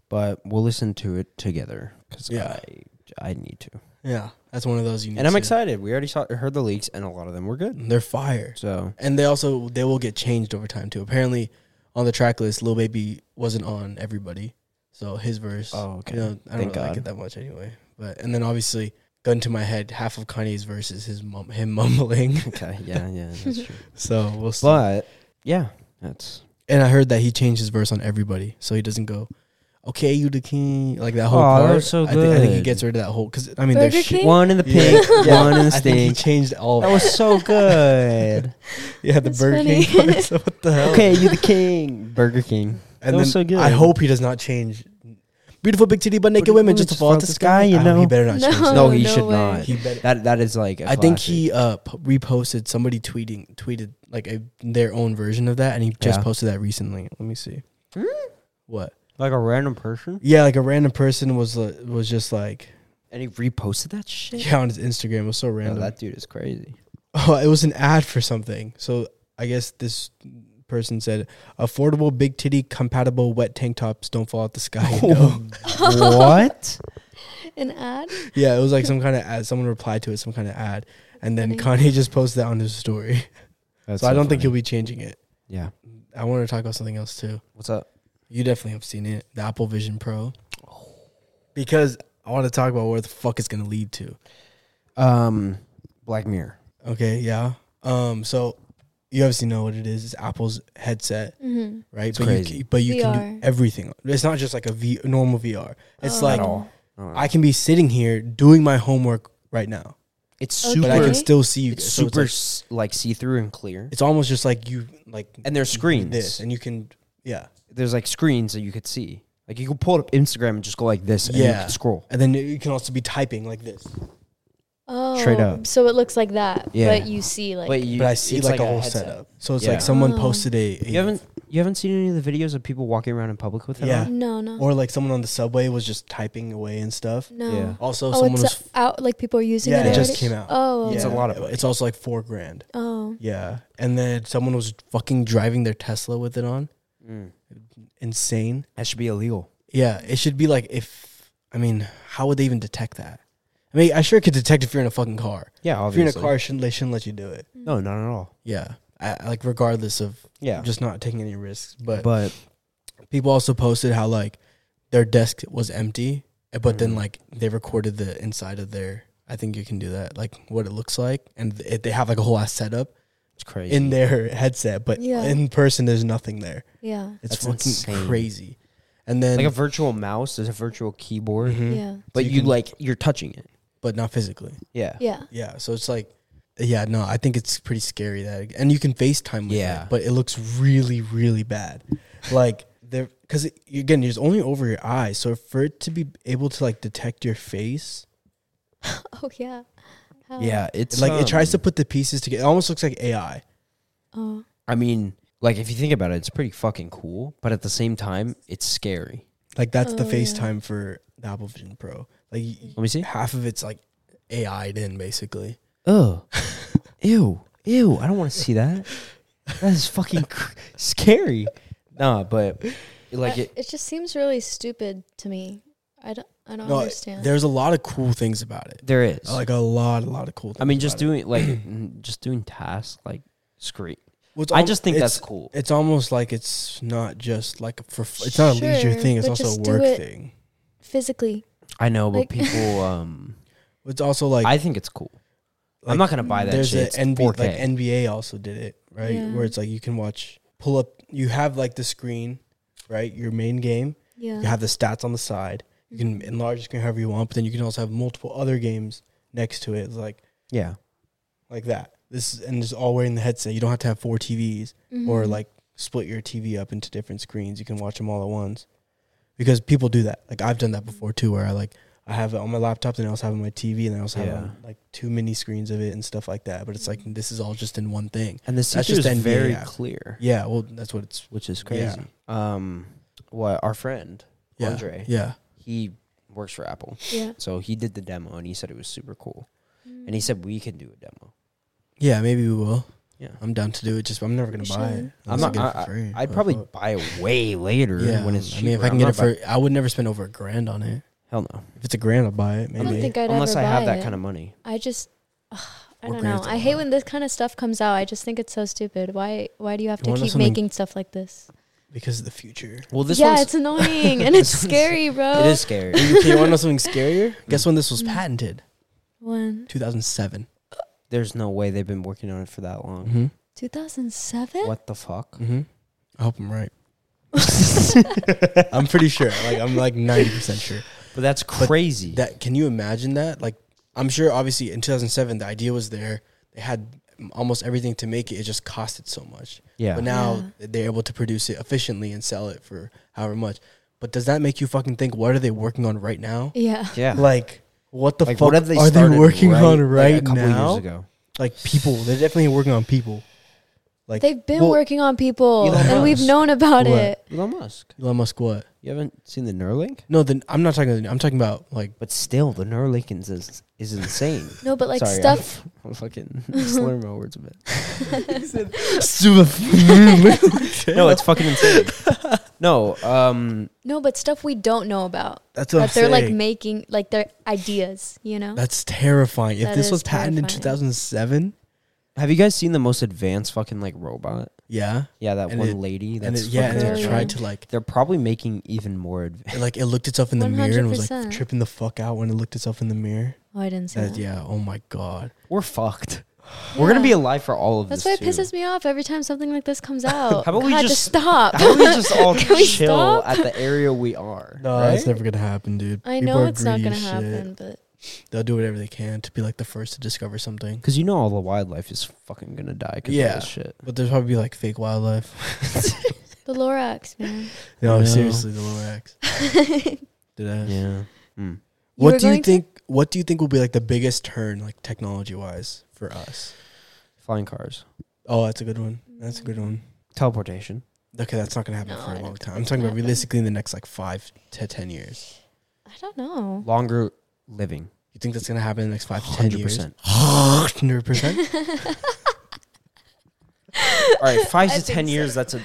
S2: but we'll listen to it together because
S1: Yeah.
S2: I I need to,
S1: Yeah, that's one of those you. Need
S2: and I'm
S1: to-
S2: excited. We already saw heard the leaks, and a lot of them were good.
S1: They're fire,
S2: So
S1: and they also they will get changed over time too. Apparently, on the track list, Lil Baby wasn't on everybody, so his verse.
S2: Oh, okay.
S1: You know, I don't
S2: Thank
S1: really like
S2: God.
S1: it that much anyway. But and then obviously, gun to my head, half of Kanye's verse is his mum, him mumbling.
S2: okay, yeah, yeah, that's true.
S1: so we'll see.
S2: but yeah, that's
S1: and I heard that he changed his verse on everybody, so he doesn't go. Okay, you the king, like that whole
S2: Aw, that
S1: part.
S2: was so
S1: I, thi- I think he
S2: good.
S1: gets rid of that whole because I mean, there's
S3: Burger
S1: shit.
S3: King?
S2: one in the
S1: Yeah.
S2: pink,
S1: Yeah.
S2: one in the
S1: I think he
S2: stage.
S1: changed all.
S2: That was so good.
S1: yeah, the
S3: That's
S1: Burger
S3: funny.
S1: King. Part, so what the hell?
S2: okay, you the king, Burger King.
S1: And
S2: That
S1: then
S2: was so good.
S1: I hope he does not change. Beautiful big titty but naked
S2: Beautiful
S1: women just to fall out the sky. You know he better not
S3: No.
S1: change. That.
S2: No, he
S3: no
S2: should
S3: way.
S2: not.
S1: He better.
S2: That that is like. I
S1: I think he uh, p- reposted somebody tweeting tweeted like a, their own version of that, and he just
S2: Yeah.
S1: posted that recently. Let me see.
S2: Hmm?
S1: What?
S2: like a random person,
S1: Yeah, like a random person was uh, was just like
S2: and he reposted that shit.
S1: yeah on his Instagram. It was so
S2: No,
S1: random.
S2: that dude is crazy.
S1: Oh, it was an ad for something. So I guess this person said, "Affordable big titty compatible wet tank tops don't fall out the sky." You know?
S2: what?
S3: An ad?
S1: Yeah, it was like some kind of ad. Someone replied to it, some kind of ad, and then
S3: Funny.
S1: Kanye just posted that on his story.
S2: That's
S1: so I don't think he'll be changing it.
S2: Yeah.
S1: I want to talk about something else too.
S2: What's up?
S1: You definitely have seen it, the Apple Vision Pro, because I want to talk about where the fuck it's gonna lead to.
S2: Um, Black Mirror.
S1: Okay, yeah. Um, so you obviously know what it is. It's Apple's headset,
S3: Mm-hmm.
S1: right?
S2: It's
S1: but
S2: crazy.
S1: you can, but you can
S3: VR.
S1: do everything. It's not just like a v, normal VR. It's
S3: Oh.
S1: like
S2: At all.
S1: I can be sitting here doing my homework right now,
S2: it's
S3: Okay.
S2: super.
S1: but I can
S3: Really?
S1: still see you.
S2: it's
S1: guys. So
S2: super
S1: like-
S2: s like, see through and clear.
S1: it's almost just like you like
S2: And there's screens.
S1: this and you can yeah
S2: There's like screens that you could see. Like you could pull up Instagram and just go like this, and you
S1: Yeah.
S2: could scroll.
S1: and then you can also be typing like this
S3: Oh,
S2: Straight up.
S3: So it looks like that,
S2: Yeah.
S3: but you see like.
S2: you,
S1: but i see
S2: it's
S1: like, a whole
S2: headset.
S1: setup so it's
S2: Yeah.
S1: like someone
S3: Oh.
S1: posted a, a-
S2: You haven't you haven't seen any of the videos of people walking around in public with it?
S1: Yeah.
S2: on?
S3: no, no,
S1: or like someone on the subway was just typing away and stuff
S3: no.
S2: Yeah.
S1: also
S3: Oh,
S1: someone
S3: it's
S1: was
S3: uh, out. Like people are using
S1: yeah
S3: it.
S1: it just
S3: already?
S1: came out
S3: Oh,
S1: yeah.
S2: It's a
S3: okay.
S2: lot of money.
S1: it's also like four grand
S3: Oh,
S1: yeah and then someone was fucking driving their tesla with it on
S2: Mm.
S1: insane
S2: That should be illegal.
S1: yeah it should be like if i mean how would they even detect that i mean i sure could detect if you're in a fucking car
S2: Yeah,
S1: if you're in a car shouldn't, they shouldn't let you do it
S2: No, not at all.
S1: yeah I, I- like regardless of
S2: Yeah,
S1: just not taking any risks. But,
S2: but
S1: people also posted how like their desk was empty, but then
S2: Mhm.
S1: like they recorded the inside of their. I think you can do that, like what it looks like, and th- they have like a whole ass setup
S2: it's crazy.
S1: in their headset, but
S3: Yeah.
S1: in person there's nothing there.
S3: yeah,
S1: It's
S2: That's
S1: fucking
S2: insane.
S1: crazy. And then,
S2: like a virtual mouse, there's a virtual keyboard,
S1: Mhm.
S3: yeah,
S2: but
S1: you
S2: you
S1: can-
S2: like you're touching it.
S1: but not physically.
S2: Yeah.
S3: yeah.
S1: Yeah, so it's like, yeah, no, I think it's pretty scary that, and you can FaceTime with
S2: Yeah.
S1: it, but it looks really, really bad. like there, because again, it's only over your eyes, so for it to be able to like detect your face,
S3: Oh, yeah. How?
S2: Yeah, it's
S1: like it tries to
S2: um,
S1: put the pieces together. It almost looks like AI.
S3: Oh,
S2: I mean, like if you think about it, it's pretty fucking cool, but at the same time, it's scary.
S1: Like that's the
S3: Oh, yeah.
S1: FaceTime for the Apple Vision Pro. Like y-
S2: Let me see.
S1: half of it's like AI'd in basically.
S2: Oh, ew, ew! I don't want to see that. That is fucking cr- scary. Nah, but like
S3: I-
S2: it.
S3: it just seems really stupid to me. I don't. I don't
S1: No,
S3: understand.
S1: there's a lot of cool things about it.
S2: There is.
S1: Like a lot, a lot of cool. Things
S2: I mean, just
S1: about it.
S2: doing like n- just doing tasks like screen.
S1: Well, it's
S2: I
S1: al-
S2: just think
S1: it's-
S2: that's cool.
S1: It's almost like it's not just like for. f- It's not a leisure
S3: Sure,
S1: thing. It's
S3: but
S1: also a
S3: just do
S1: work
S3: it-
S1: thing.
S3: Physically,
S2: I know, but
S3: like-
S2: people. Um,
S1: It's also like
S2: I think it's cool.
S1: like,
S2: I'm not gonna buy that
S1: there's
S2: shit. It's
S1: a NBA,
S2: 4K.
S1: like NBA also did it right
S3: Yeah.
S1: where it's like you can watch pull up. You have like the screen, right? Your main game.
S3: yeah.
S1: You have the stats on the side. You can
S3: Mm-hmm.
S1: enlarge the screen however you want, but then you can also have multiple other games next to it, like
S2: yeah.
S1: like that. This and it's all wearing the headset. You don't have to have four TVs. or
S3: Mhm.
S1: like split your TV up into different screens. You can watch them all at once because people do that. Like I've done that before too, where I like I have it on my laptop and I also have it on my TV and I also
S2: Yeah.
S1: have um, like two mini screens of it and stuff like that. But it's like
S3: Mm-hmm.
S1: this is all just in one thing.
S2: And the
S1: That's
S2: CPU is
S1: just NBA
S2: very
S1: app.
S2: clear,
S1: Yeah, well that's what it's.
S2: which is crazy.
S1: Yeah.
S2: Um, what our friend
S1: Yeah,
S2: Andre,
S1: yeah,
S2: he works for Apple,
S3: yeah.
S2: so he did the demo and he said it was super cool. And he said we can do a demo.
S1: yeah. Maybe we will.
S2: Yeah.
S1: I'm down to do it. Just I'm never gonna
S3: We
S1: buy
S3: should.
S1: it.
S2: I'm
S1: unless I
S2: not.
S1: get it for
S2: I,
S1: free.
S2: I, would
S1: Oh,
S2: probably
S1: fuck.
S2: buy it way later
S1: Yeah,
S2: when it's
S1: I
S2: cheaper.
S1: mean, if I can
S2: I'm
S1: get
S2: not
S1: it for, I would never spend over a grand on it.
S2: buy- hell no,
S1: If it's a grand, I'll buy it.
S3: I
S1: Maybe.
S3: don't think I'd
S2: unless
S3: ever
S2: I have
S3: buy
S2: that
S3: it.
S2: kind of uh, money.
S3: I just. ugh, I
S1: Or
S3: don't know.
S1: grants
S3: I
S1: and
S3: hate
S1: all.
S3: when this kind of stuff comes out. I just think it's so stupid. Why? Why do you have
S1: You
S3: to
S1: wanna know
S3: keep
S1: something-
S3: making stuff like this?
S1: because of the future.
S2: Well, this
S3: yeah,
S2: one's
S3: it's annoying and it's scary, bro.
S2: it is scary.
S1: Okay, you want to know something scarier? Guess when this was
S3: Mm.
S1: patented?
S3: One
S1: 2007.
S2: There's no way they've been working on it for that long.
S1: Mm-hmm.
S3: two thousand seven.
S2: What the fuck?
S1: Mm-hmm. I hope I'm right. I'm pretty sure. Like I'm like 90% sure.
S2: But that's crazy.
S1: That can you imagine that? Like I'm sure obviously in 2007 the idea was there. They had almost everything to make it. It just costed so much.
S2: yeah.
S1: But now they're able to produce it efficiently and sell it for however much. But does that make you fucking think what are they working on right now?
S3: Yeah.
S2: yeah.
S1: Like what the
S2: Like,
S1: fuck
S2: have
S1: are they
S2: started
S1: working on
S2: like,
S1: right
S2: a couple
S1: now?
S2: Years ago?
S1: Like people, they're definitely working on people. Like
S3: They've been
S1: well,
S3: working on people,
S2: Elon
S3: and we've
S2: Musk.
S3: known about
S1: What?
S3: it.
S2: Elon Musk.
S1: Elon Musk what?
S2: You haven't seen the Neuralink?
S1: No, then I'm not talking. I'm talking about like
S2: But still, the Neuralink is is, is insane.
S3: No, but like
S2: Sorry,
S3: stuff.
S2: I'm, I'm fucking slurring my words a bit. no, it's fucking insane. No, um,
S3: No, but stuff we don't know about
S1: that's what
S3: that
S1: I'm
S3: they're like
S1: saying.
S3: making, like their ideas. You know.
S1: that's terrifying. if
S3: That
S1: this
S3: is
S1: was patented in
S3: terrifying.
S1: 2007,
S2: have you guys seen the most advanced fucking like robot?
S1: yeah,
S2: Yeah, that
S1: And
S2: one
S1: it-
S2: lady.
S1: and
S2: That's
S1: it, yeah, and
S2: fucking
S1: it
S3: terrifying.
S1: tried to like,
S2: They're probably making even more advanced.
S1: it, like it looked itself in the mirror and was like
S3: 100%.
S1: tripping the fuck out when it looked itself in the mirror.
S3: oh, I didn't say
S1: That,
S3: that.
S1: yeah. Oh my god.
S2: We're fucked. We're gonna be
S3: Yeah.
S2: alive for all of
S3: That's why
S2: this.
S3: it pisses me off every time something like this comes out.
S2: about we
S3: God,
S2: just-
S3: stop?
S2: How do we just all
S3: Can we
S2: chill
S3: stop?
S2: at the area we are?
S1: No,
S2: right?
S1: that's never gonna happen, dude.
S3: I
S1: People
S3: know
S1: are
S3: it's not
S1: greedy
S3: gonna
S1: as shit.
S3: happen, but
S1: They'll do whatever they can to be like the first to discover something.
S2: Because you know all the wildlife is fucking gonna die. Cause
S1: Yeah.
S2: of this shit.
S1: But there's probably like fake wildlife.
S3: the Lorax, man.
S1: No,
S2: No.
S1: seriously, the Lorax. Did I?
S2: Yeah. Mm.
S3: You were
S1: What do
S3: going
S1: you
S3: to-
S1: think? What do you think will be like the biggest turn, like technology wise, for us?
S2: Flying cars,
S1: Oh, that's a good one. That's a good one.
S2: teleportation.
S1: Okay, that's not gonna happen
S3: No,
S1: for a
S3: I don't
S1: long
S3: think
S1: time.
S3: that's
S1: I'm talking
S3: gonna
S1: about
S3: happen.
S1: realistically in the next like five to ten years.
S3: I don't know.
S2: longer living.
S1: You think that's gonna happen in the next five to ten
S2: Hundred
S1: years?
S2: percent.
S1: Hundred percent.
S2: All right, five
S3: I
S2: to ten
S3: think
S2: years.
S3: so.
S2: That's a.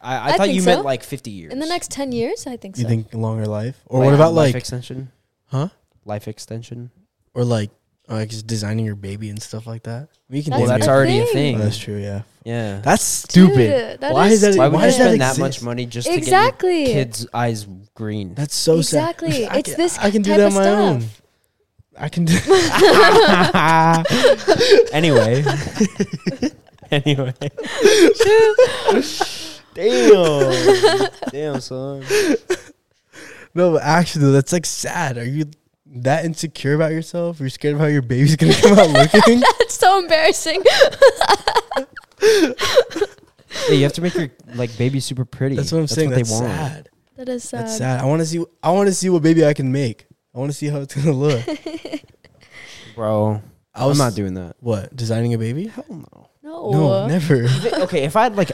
S2: I, I
S3: I
S2: thought
S3: think
S2: you meant
S3: so.
S2: like fifty years.
S3: In the next ten years, I think so.
S1: You think longer life, or
S2: Wait,
S1: what
S2: uh,
S1: about
S2: life
S1: like,
S2: extension?
S1: Huh?
S2: Life extension.
S1: or like, uh, like just designing your baby and stuff like that? Well, you can.
S2: Well,
S1: name
S3: That's
S2: that's
S1: your-
S3: our-
S2: already a
S3: thing.
S2: thing.
S1: Oh, that's true. Yeah,
S2: Yeah.
S1: that's stupid.
S3: Dude, that
S1: Why is that-
S2: why would
S1: why
S2: you
S1: does that
S2: spend that, much
S1: exist?
S2: money just to
S3: exactly?
S2: get your kids' eyes green?
S1: That's so sad.
S3: Exactly.
S1: I
S3: It's
S1: can-
S3: this
S1: I can do
S3: type
S1: that
S3: of
S1: on my own.
S3: stuff.
S1: I can do.
S2: anyway. anyway. Damn. Damn, son.
S1: No, but actually, though, that's like sad. Are you that insecure about yourself? You're scared of how your baby's gonna come out looking?
S3: That's so embarrassing.
S2: Yeah, you have to make your like baby super pretty.
S1: That's what I'm saying.
S2: What
S1: that's
S2: they want.
S1: sad.
S3: that is sad.
S1: That's sad. I want to see. I want to see what baby I can make. I want to see how it's gonna look.
S2: Bro.
S1: I was
S2: I'm not doing that.
S1: what designing a baby.
S2: Hell no.
S3: No.
S1: No, never.
S2: okay, if I had like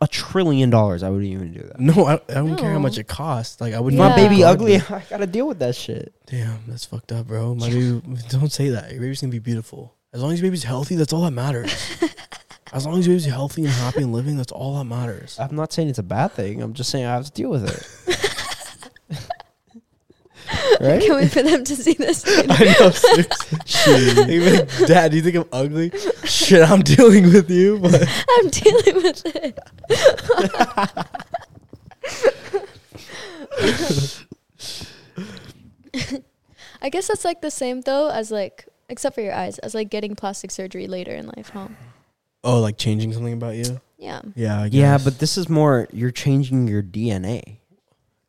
S2: a trillion dollars, I wouldn't even do that.
S1: No, I, I don't care how
S3: No.
S1: much it costs. Like I would
S3: My
S1: not
S2: My
S3: Yeah.
S1: be
S2: baby
S1: proud of
S2: ugly.
S1: it.
S2: I gotta deal with that shit.
S1: Damn, that's fucked up, bro. My baby, don't say that. Your baby's gonna be beautiful. As long as your baby's healthy, that's all that matters. as long as your baby's healthy and happy and living, that's all that matters.
S2: I'm not saying it's a bad thing. I'm just saying I have to deal with it.
S3: I
S2: right?
S3: can't wait for them to see this.
S1: I know. seriously. Even like, Dad, do you think I'm ugly? Shit, I'm dealing with you. But
S3: I'm dealing with it. I guess that's like the same though as like except for your eyes as like getting plastic surgery later in life, huh?
S1: oh, like changing something about you?
S3: Yeah.
S1: Yeah, I
S2: Yeah,
S1: guess.
S2: but this is more you're changing your DNA.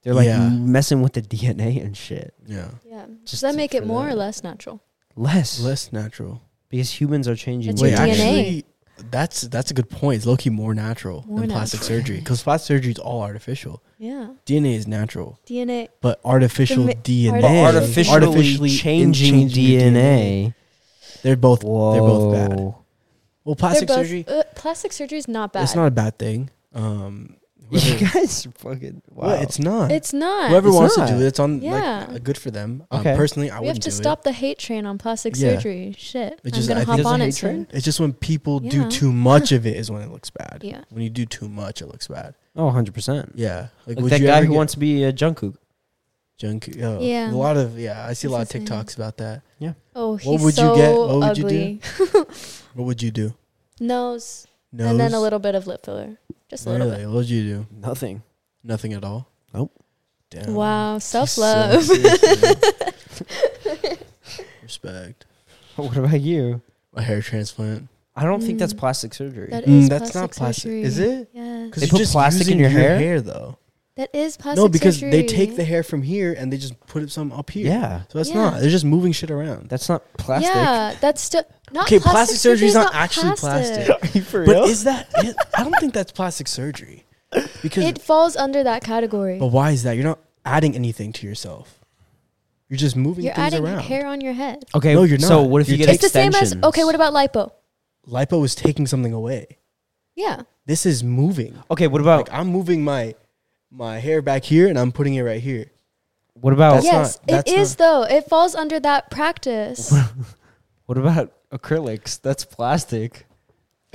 S2: They're like
S1: Yeah.
S2: messing with the DNA and shit.
S1: yeah,
S3: Yeah. Does
S2: Just
S3: that make
S2: for
S3: it more
S2: that.
S3: or less natural?
S2: Less.
S1: less natural.
S2: Because humans are changing.
S3: It's your
S2: their
S3: DNA.
S1: actually, that's that's a good point. It's low key more natural
S3: More
S1: than plastic
S3: natural.
S1: surgery because plastic surgery is all artificial.
S3: Yeah.
S1: DNA is natural,
S3: DNA.
S1: but artificial
S3: The ma-
S1: DNA,
S2: But
S3: Hey.
S2: artificially,
S1: artificially in-
S2: changing,
S1: your
S2: DNA.
S1: They're both they're both bad.
S2: Whoa.
S1: Well,
S3: They're
S1: plastic
S3: both-
S1: surgery
S3: Uh, plastic surgery is not bad.
S1: it's not a bad thing. Um,
S2: You
S1: whoever-
S2: guys are fucking wow.
S1: Well, it's not.
S3: It's not.
S1: whoever
S2: It's
S1: wants
S2: not.
S1: to do it, it's on.
S3: Yeah.
S1: like, good for them. Um,
S2: Okay.
S1: personally, I
S3: we have
S1: wouldn't
S3: to
S1: do
S3: stop the hate train on plastic
S1: Yeah.
S3: surgery. Shit.
S1: It just-
S3: I'm
S1: I
S3: gonna
S1: think-
S3: hop
S2: There's a
S3: on
S2: hate
S3: it soon.
S2: train?
S1: it. It's just when people do
S3: Yeah.
S1: too much of it is when it looks bad.
S3: Yeah.
S1: When you do too much, it looks bad.
S2: oh, 100%.
S1: Yeah, like,
S2: Like
S1: would
S2: that
S1: you
S2: guy
S1: ever
S2: who
S1: get
S2: wants to be a Jungkook.
S1: junk? Oh,
S3: Yeah.
S1: a lot of yeah. I see a lot of
S3: That's insane.
S1: TikToks about that.
S3: Oh, he's
S1: would you
S3: so
S1: get? What would you do?
S3: ugly.
S1: What would you do?
S3: Nose,
S1: Nose?
S3: and then a little bit of lip filler. Just a
S1: Really?
S3: little bit.
S1: What would you do?
S2: Nothing.
S1: Nothing at all.
S2: Nope.
S1: Damn.
S3: Wow,
S1: She's
S3: self
S1: so
S3: love.
S1: serious, man. Respect.
S2: What about you?
S1: A hair transplant.
S2: I don't think that's
S3: Mm.
S2: plastic surgery.
S3: That
S1: Mm,
S3: is
S1: that's not plastic.
S3: surgery.
S1: Is it?
S3: Yeah.
S2: They put plastic
S1: using
S2: in your hair?
S1: though.
S3: That is plastic
S1: no, because
S3: surgery.
S1: they take the hair from here and they just put it some up here.
S2: yeah.
S1: So that's
S3: Yeah.
S1: not. They're just moving shit around.
S2: That's not plastic.
S3: Yeah, that's still not.
S1: Okay,
S3: plastic,
S1: plastic surgery is not actually plastic.
S2: Are you for
S1: But is that? It, I don't think that's plastic surgery. Because
S3: It falls under that category.
S1: but why is that? You're not adding anything to yourself. You're just moving
S3: You're
S1: things
S3: adding
S1: around.
S3: hair on your head.
S2: okay,
S1: No, you're
S2: So
S1: not.
S2: what if you
S1: You're
S2: get
S3: It's the same as okay. What about lipo?
S1: Lipo is taking something away.
S3: Yeah,
S1: This is moving.
S2: okay, what about
S1: Like I'm moving my my hair back here and I'm putting it right here.
S2: what about
S1: That's Yeah.
S3: yes,
S1: not- that's
S3: it is though. It falls under that practice.
S2: what about acrylics? That's plastic.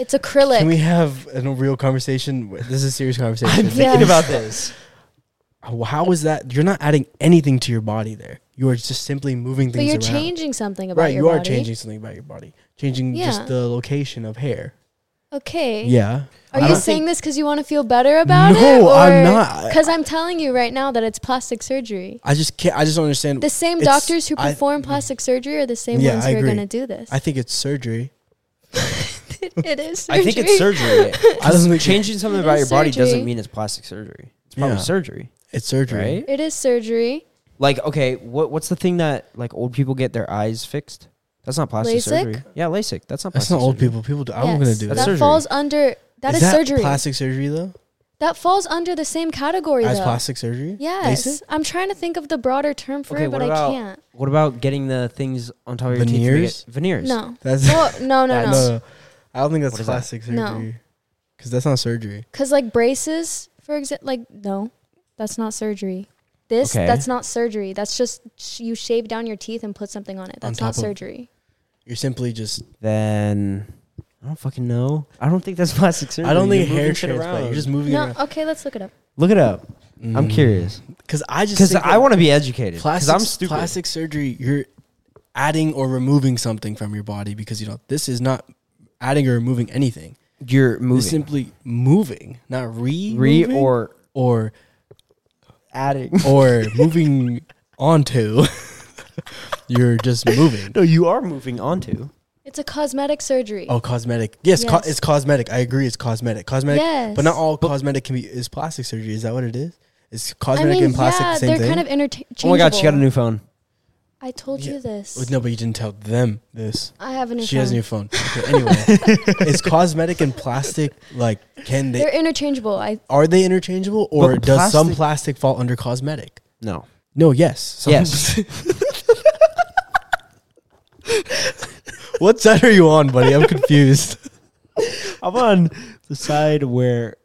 S3: it's acrylic.
S1: Can we have a real conversation? This is a serious conversation.
S2: I'm
S3: Yeah.
S2: thinking about this.
S1: How is that? You're not adding anything to your body there. You are just simply moving
S3: but
S1: things
S3: you're
S1: around.
S3: changing something about
S1: right,
S3: your
S1: you are
S3: body.
S1: changing something about your body. Changing
S3: Yeah.
S1: just the location of hair.
S3: Okay.
S1: Yeah.
S3: Are
S1: I
S3: you
S1: don't
S3: saying this because you want to feel better about
S1: No,
S3: it?
S1: I'm not.
S3: Because I'm telling you right now that it's plastic surgery.
S1: I just can't I just don't understand.
S3: The same
S1: It's-
S3: doctors who
S1: I-
S3: perform plastic surgery are the same
S1: Yeah,
S3: ones
S1: I
S3: who are
S1: agree.
S3: going to do this.
S1: I think it's surgery.
S3: it is surgery.
S2: I think it's surgery.
S1: I don't think
S2: Changing something
S3: It
S2: about your
S3: is
S2: body
S3: surgery.
S2: doesn't mean it's plastic surgery. It's probably
S1: Yeah.
S2: surgery,
S1: it's surgery.
S2: right?
S3: It is surgery.
S2: Like okay, what what's the thing that like old people get their eyes fixed? That's not plastic
S3: LASIK?
S2: surgery. Yeah, LASIK. That's not.
S1: That's
S2: plastic
S1: not old
S2: surgery.
S1: people. People do I'm gonna
S3: Yes.
S1: do
S2: That's
S3: that.
S1: it.
S2: surgery.
S3: falls under that is,
S1: that
S3: surgery.
S1: Plastic surgery though?
S3: That falls under the same category
S1: As
S3: though.
S1: plastic surgery?
S3: Yes.
S1: LASIK?
S3: I'm trying to think of the broader term for
S2: Okay,
S3: it, but
S2: what about
S3: I can't.
S2: What about getting the things on top of your
S1: Veneers?
S2: teeth? to get- Veneers.
S3: No.
S1: That's
S3: Well, no, no,
S1: That's-
S3: no.
S1: I don't think that's
S2: What is that?
S1: plastic
S3: No.
S1: surgery. Because that's not surgery.
S3: Because like braces, for example, like no, that's not surgery. This
S2: Okay.
S3: that's not surgery. That's just sh- you shave down your teeth and put something on it.
S1: On
S3: That's
S1: top
S3: not
S1: of-
S3: surgery.
S1: You're simply just.
S2: Then I don't fucking know. I don't think that's plastic surgery.
S1: I don't think
S2: You're
S1: hair
S2: moving shit
S1: transplant. You're
S2: around.
S1: just moving
S3: No,
S1: around.
S3: okay, let's look it up.
S2: look it up. I'm curious
S1: Because I just.
S2: because
S1: think
S2: I
S1: that
S2: want to be educated. Because
S1: Plastic,
S2: I'm stupid.
S1: plastic surgery, you're adding or removing something from your body because you know this is not adding or removing anything.
S2: You're
S1: It's
S2: moving.
S1: simply moving, not re
S2: Re
S1: moving
S2: or
S1: or
S2: adding.
S1: or moving onto. you're just moving.
S2: No, you are moving on to.
S3: It's a cosmetic surgery.
S1: Oh, cosmetic. Yes, co-
S3: Yes.
S1: it's cosmetic. I agree. It's cosmetic. Cosmetic,
S3: yes,
S1: but not all cosmetic can be is plastic surgery. Is that what it is? Is
S3: I
S1: cosmetic
S3: mean,
S1: and plastic
S3: yeah,
S1: the same
S3: they're
S1: thing?
S3: kind of interchangeable.
S2: Oh my god, she got a new phone.
S3: I told
S1: Yeah.
S3: you this.
S1: Well, no, but you didn't tell them this.
S3: I have a new.
S1: she has a new phone. Okay, anyway, is cosmetic and plastic like can they
S3: They're interchangeable. I
S1: are they interchangeable or
S2: But
S1: does some
S2: plastic-
S1: plastic fall under cosmetic?
S2: No.
S1: No, yes. Some-
S2: Yes.
S1: what side are you on, buddy? I'm confused.
S2: I'm on the side where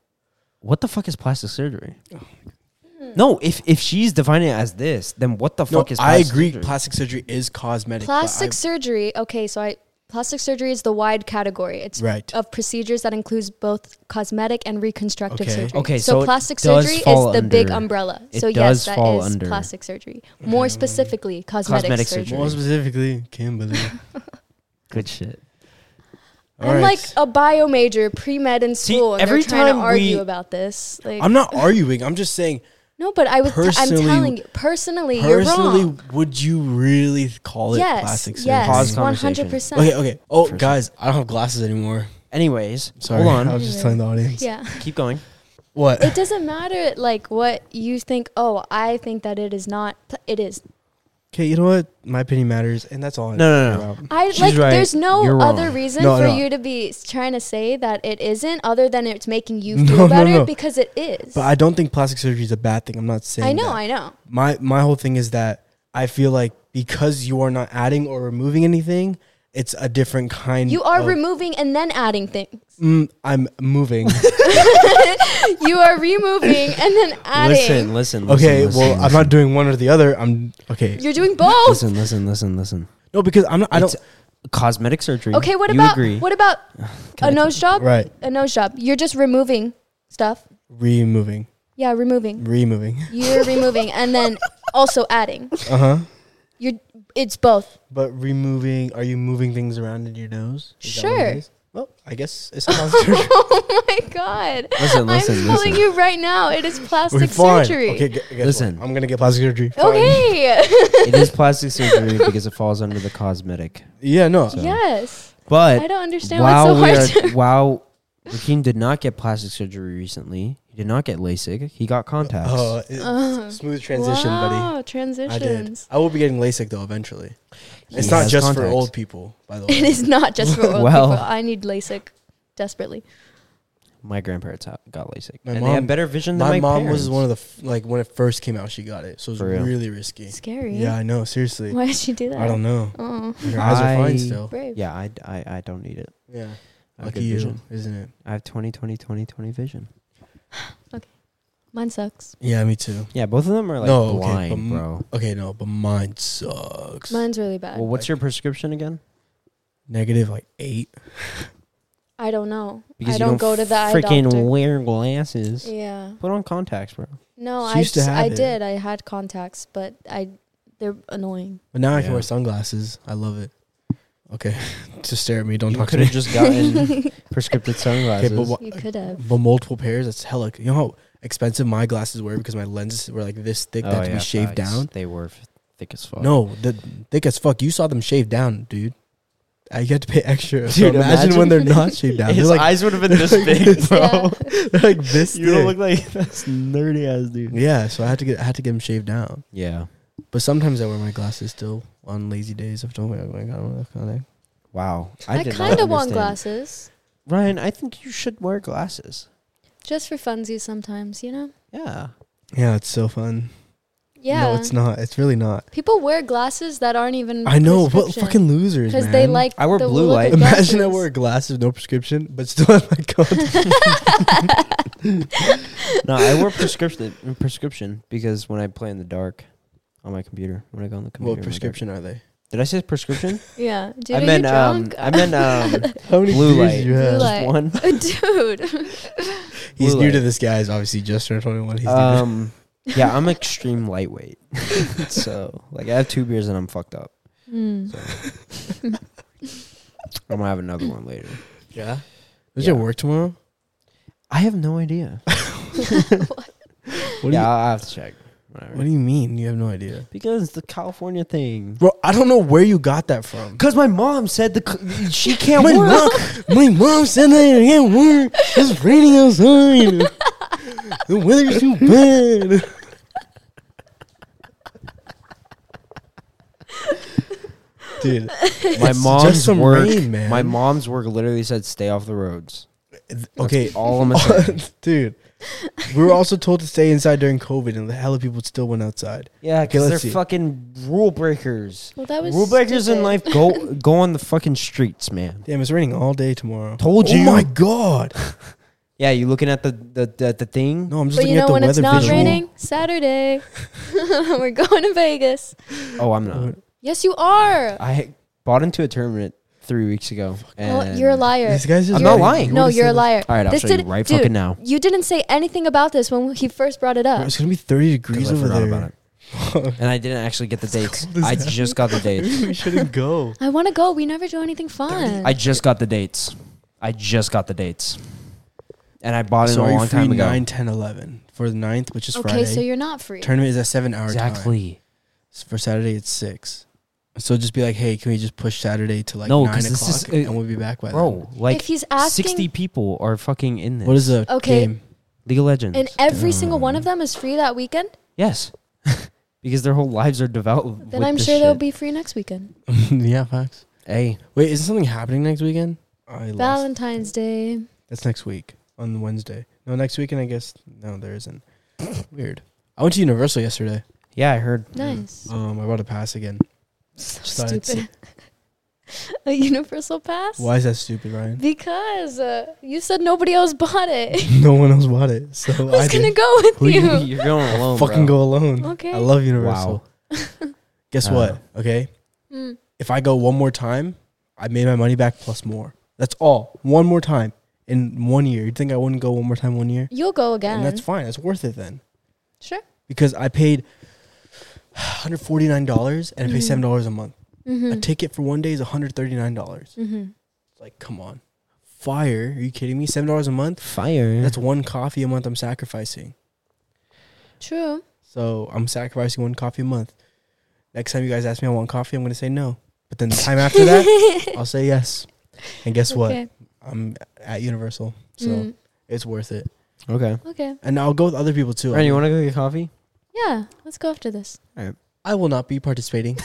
S2: What the fuck is plastic surgery?
S3: Hmm.
S2: No, if if she's defining it as this, then what the
S1: No,
S2: fuck is?
S1: I
S2: plastic
S1: agree.
S2: surgery?
S1: Plastic surgery is cosmetic. but I-
S3: Plastic surgery. Okay, so I plastic surgery is the wide category. It's
S1: Right.
S3: of procedures that includes both cosmetic and reconstructive
S1: Okay.
S3: surgery.
S2: Okay, so
S3: so,
S2: it
S3: plastic
S2: does
S3: surgery is
S2: fall
S3: the big
S2: under-
S3: umbrella.
S2: it
S3: so
S2: does
S3: yes, that
S2: fall
S3: is
S2: under-
S3: plastic surgery. More specifically, cosmetic,
S2: Cosmetic
S3: surgery.
S2: surgery.
S1: More specifically, Kimberly.
S2: Good shit.
S3: I'm like a bio major, pre med in
S2: See,
S3: school, and
S2: every
S3: they're trying
S2: time
S3: to
S2: we-
S3: argue about this. Like,
S1: I'm not arguing. I'm just saying.
S3: no, but I was. T- I'm
S1: Personally-
S3: telling you, personally,
S1: Personally,
S3: you're wrong.
S1: would you really call it
S3: yes,
S1: plastic surgery?
S3: yes,
S2: Pause
S3: one
S2: conversation.
S3: hundred percent.
S1: Okay, okay. Oh,
S2: First
S1: guys, I don't have glasses anymore.
S2: Anyways,
S1: Sorry.
S2: hold
S1: I
S2: on.
S1: was just telling the audience.
S3: Yeah.
S2: Keep going.
S1: What?
S3: it doesn't matter like what you think oh i think that it is not pl- it is
S1: Okay, you know what? My opinion matters, and that's all. I
S2: No, no,
S1: care
S2: no.
S1: about.
S3: i
S2: She's
S3: like
S2: right.
S3: there's no
S2: You're
S3: other
S2: wrong.
S3: reason
S1: No,
S3: for
S1: no.
S3: you to be s- trying to say that it isn't other than it's making you
S1: No,
S3: feel
S1: no,
S3: better
S1: no.
S3: because it is
S1: But I don't think plastic surgery is a bad thing. I'm not saying.
S3: I know
S1: that.
S3: i know
S1: my my whole thing is that I feel like because you are not adding or removing anything, it's a different kind.
S3: you are
S1: of-
S3: removing and then adding things
S1: Mm, I'm moving.
S3: you are removing and then adding
S2: Listen, listen.
S1: okay,
S2: listen,
S1: well,
S2: listen,
S1: I'm not doing one or the other. I'm okay.
S3: you're doing both
S2: Listen, listen, listen, listen.
S1: No, because I'm not. I don't.
S2: It's cosmetic surgery.
S3: okay what
S2: You
S3: about
S2: agree.
S3: what about
S2: Can
S3: a
S2: I-
S3: nose job
S1: Right,
S3: a nose job you're just removing stuff
S1: removing,
S3: yeah removing
S1: removing.
S3: you're removing and then also adding
S1: Uh huh.
S3: you're it's both
S1: But removing, are you moving things around in your nose? Is that what it
S3: Sure.
S1: is? Well, I guess it's plastic surgery.
S3: oh my god.
S2: Listen, listen,
S3: I'm telling
S2: listen.
S3: you right now, it is plastic
S1: We're fine.
S3: surgery.
S1: Okay, gu- guess what?
S2: Listen.
S1: I'm gonna get plastic surgery. Fine.
S3: Okay.
S2: it is plastic surgery because it falls under the cosmetic.
S1: Yeah, no.
S3: yes.
S2: But
S3: I don't understand what's
S2: while
S3: so
S2: we
S3: hard.
S2: are,
S3: to-
S2: while Raheem did not get plastic surgery recently, he did not get LASIK. He got contacts.
S1: Oh, it-
S3: Oh.
S1: smooth transition, buddy.
S3: wow,
S1: I did.
S3: transitions.
S1: I will be getting LASIK though eventually.
S2: He
S1: it's not
S2: has
S1: just for
S2: contacts.
S1: old people, by the way.
S3: It is not just for old
S2: Well.
S3: people. I need LASIK desperately.
S2: My grandparents ha- got LASIK,
S1: My
S2: and they
S1: mom-
S2: had better vision than
S1: My
S2: my,
S1: mom
S2: parents.
S1: was one of the f- like when it first came out, she got it, so it was
S2: For real?
S1: really risky.
S3: Scary.
S1: Yeah, I know. Seriously,
S3: Why did she do that?
S1: I don't know.
S3: Oh,
S1: Your eyes are
S2: I-
S1: fine still.
S3: brave.
S2: Yeah, I, I, I don't need it.
S1: Yeah,
S2: I have
S1: lucky
S2: good
S1: you,
S2: vision.
S1: isn't it?
S2: I have 20, 20, 20, 20 vision.
S3: Mine sucks.
S1: Yeah, me too.
S2: Yeah, both of them are like
S1: No, okay,
S2: blind,
S1: but m-
S2: bro.
S1: Okay, no, but mine sucks.
S3: Mine's really bad.
S2: Well, what's
S1: like-
S2: your prescription again?
S1: Negative like eight.
S3: I don't know. I don't, go to the eye
S2: freaking
S3: doctor.
S2: wear glasses.
S3: yeah.
S2: Put on contacts, bro.
S3: No,
S1: She
S3: I
S1: used to
S3: s-
S1: have
S3: I
S1: it.
S3: did. I had contacts, but I they're annoying.
S1: But now I can
S2: Yeah.
S1: wear sunglasses. I love it. Okay, just stare at me. Don't
S2: you
S1: talk to
S2: could
S1: me.
S2: have just gotten prescriptive sunglasses.
S1: Okay, but, wha-
S3: You could have.
S1: but multiple pairs. That's hella. You know how expensive my glasses were because my lenses were like this thick. that had to be shaved
S2: Oh, facts.
S1: down.
S2: They were f- thick as fuck.
S1: No, the thick as fuck. You saw them shaved down, dude. Uh, you had to pay extra. so
S2: Dude,
S1: imagine, when they're not shaved down. They're
S2: his
S1: like
S2: eyes would have been this big, bro.
S1: they're like this.
S2: You don't
S1: thick.
S2: look like this nerdy ass dude.
S1: yeah, so I had to get I had to get them shaved down.
S2: Yeah.
S1: But sometimes I wear my glasses still on lazy days. I've told my my God, I don't know, kind of thing.
S2: Wow.
S3: I,
S2: did not
S3: kind of want
S2: understand.
S3: glasses
S2: Ryan, I think you should wear glasses.
S3: just for funsies sometimes, you know?
S2: Yeah.
S1: Yeah, it's so fun.
S3: Yeah.
S1: no, it's not. It's really not.
S3: People wear glasses that aren't even
S1: I know. What fucking losers?
S3: because they
S1: man.
S3: like
S2: I wear
S3: the
S2: blue
S3: look
S2: light.
S3: of
S1: Imagine I
S3: glasses.
S1: wear glasses, no prescription, but still have my contacts.
S2: No, I wear prescription prescription because when I play in the dark on my computer, when I go on the computer. in
S1: what
S2: the dark-
S1: prescription are they?
S2: Did I say prescription?
S3: Yeah. Dude,
S2: I
S3: are you
S2: meant um
S3: drunk?
S2: I meant um
S1: How many
S2: Blue
S1: beers
S2: light.
S1: do you
S3: Blue
S1: have?
S3: light.
S2: just one.
S3: Oh, Dude.
S1: He's
S2: Blue
S1: new
S2: light.
S1: to this, guys. Obviously, just turned twenty-one. He's new. To
S2: Um yeah, I'm extreme lightweight. so like I have two beers and I'm fucked up.
S3: Hmm.
S2: So I'm gonna have another one later.
S1: Yeah. Is your
S2: Yeah.
S1: work tomorrow?
S2: I have no idea.
S1: What,
S2: yeah,
S1: do
S2: I'll have to check.
S1: you,
S2: Whatever.
S1: what do you mean? You have no idea,
S2: because the California thing.
S1: bro. I don't know where you got that from.
S2: Because my mom said the c- she can't
S1: My
S2: work.
S1: mom, my mom said that I can't work. It's raining outside. the weather's too bad. Dude,
S2: My
S1: it's
S2: mom's
S1: just some
S2: work.
S1: rain, man.
S2: My mom's work literally said stay off the roads.
S1: okay,
S2: All I'm saying.
S1: dude. We were also told to stay inside during COVID, and the hell of people still went outside.
S2: Yeah,
S1: Okay,
S2: because
S1: let's
S2: they're
S1: see.
S2: fucking rule breakers.
S3: Well, that was
S2: Rule breakers in
S3: stupid.
S2: life go go on the fucking streets, man.
S1: Oh Damn, it's raining all day tomorrow.
S2: Told
S1: Oh
S2: you.
S1: my god.
S2: Yeah, you looking at the the the, the thing?
S1: No, I'm just
S3: But you
S1: looking
S3: know when
S1: at
S3: it's
S1: the
S3: not
S1: weather visual.
S3: raining? Saturday. We're going to Vegas.
S2: Oh, I'm not.
S3: Yes, you are.
S2: I bought into a tournament three weeks ago.
S3: Well,
S2: and-
S3: you're a liar.
S1: This guy's just
S2: I'm not
S1: ready.
S2: lying.
S1: You
S3: No,
S1: wanna
S3: you're
S1: say
S3: a liar.
S2: All right, I'll
S3: This
S2: show you
S3: didn't-
S2: right
S3: dude,
S2: fucking now.
S3: You didn't say anything about this when he first brought it
S1: that. Bro,
S3: up.
S1: it's gonna be 30
S2: Because
S1: degrees
S2: I
S1: over
S2: forgot
S1: there.
S2: about it. And I didn't actually get the dates. I just got the dates.
S1: Maybe we shouldn't go.
S3: I want to go. We never do anything fun.
S2: I just got the dates. I just got the dates. And I bought it
S1: so
S2: a
S1: are
S2: long
S1: you free
S2: time ago.
S1: 9, 10, 11 for the 9th, which is
S3: okay,
S1: Friday.
S3: so you're not free.
S1: Tournament is at seven hour time.
S2: Exactly.
S1: S- For Saturday, it's six. So just be like, hey, can we just push Saturday to like
S2: No,
S1: nine
S2: 'cause
S1: o'clock,
S2: this is- uh,
S1: and we'll be back by
S2: Bro,
S3: if
S2: like
S3: he's asking,
S2: 60 people are fucking in
S1: then.
S2: this.
S1: What is the
S3: Okay.
S1: game?
S2: League of Legends?
S3: and every single one of them is free that weekend,
S2: yes. because their whole lives are developed.
S3: then
S2: with
S3: I'm
S2: this
S3: sure they'll
S2: shit.
S3: be free next weekend.
S1: yeah, facts.
S2: Hey,
S1: Wait, isn't something happening next weekend? I lost.
S3: Valentine's Day.
S1: That's next week on Wednesday. No, next weekend I guess. No, there isn't. Weird. I went to Universal yesterday.
S2: yeah, I heard.
S3: Nice.
S1: Um, I bought a pass again.
S3: So
S1: Just thought I'd
S3: stupid. a universal pass?
S1: Why is that stupid, Ryan?
S3: Because uh, you said nobody else bought it.
S1: no one else bought it, so I
S3: Who's gonna Oh,
S1: did.
S3: go with
S1: Who you-
S3: you?
S2: You're going alone.
S1: fucking
S2: Oh, bro.
S1: go alone.
S3: Okay.
S1: I love Universal.
S2: Wow.
S1: Guess
S2: Uh,
S1: what? Okay,
S3: Mm.
S1: if I go one more time, I made my money back plus more. That's all. One more time in one year. You think I wouldn't go one more time one year?
S3: You'll go again.
S1: And that's fine. That's worth it then.
S3: Sure.
S1: Because I paid $149 and I pay
S3: Mhm.
S1: $7 a month. A
S3: Mm-hmm.
S1: ticket for one day is $139.
S3: mm-hmm.
S1: Like, come on. Fire. Are you kidding me? $7 a month?
S2: Fire.
S1: That's one coffee a month I'm sacrificing.
S3: True.
S1: So I'm sacrificing one coffee a month. Next time you guys ask me I want coffee, I'm going to say no. But then the time after that, I'll say yes. And guess what?
S3: Okay.
S1: I'm at Universal, so
S3: Mm.
S1: it's worth it.
S2: okay.
S3: Okay.
S1: And I'll go with other people too.
S2: Ryan, you want to go get coffee?
S3: Yeah. Let's go after this.
S1: I will not be participating.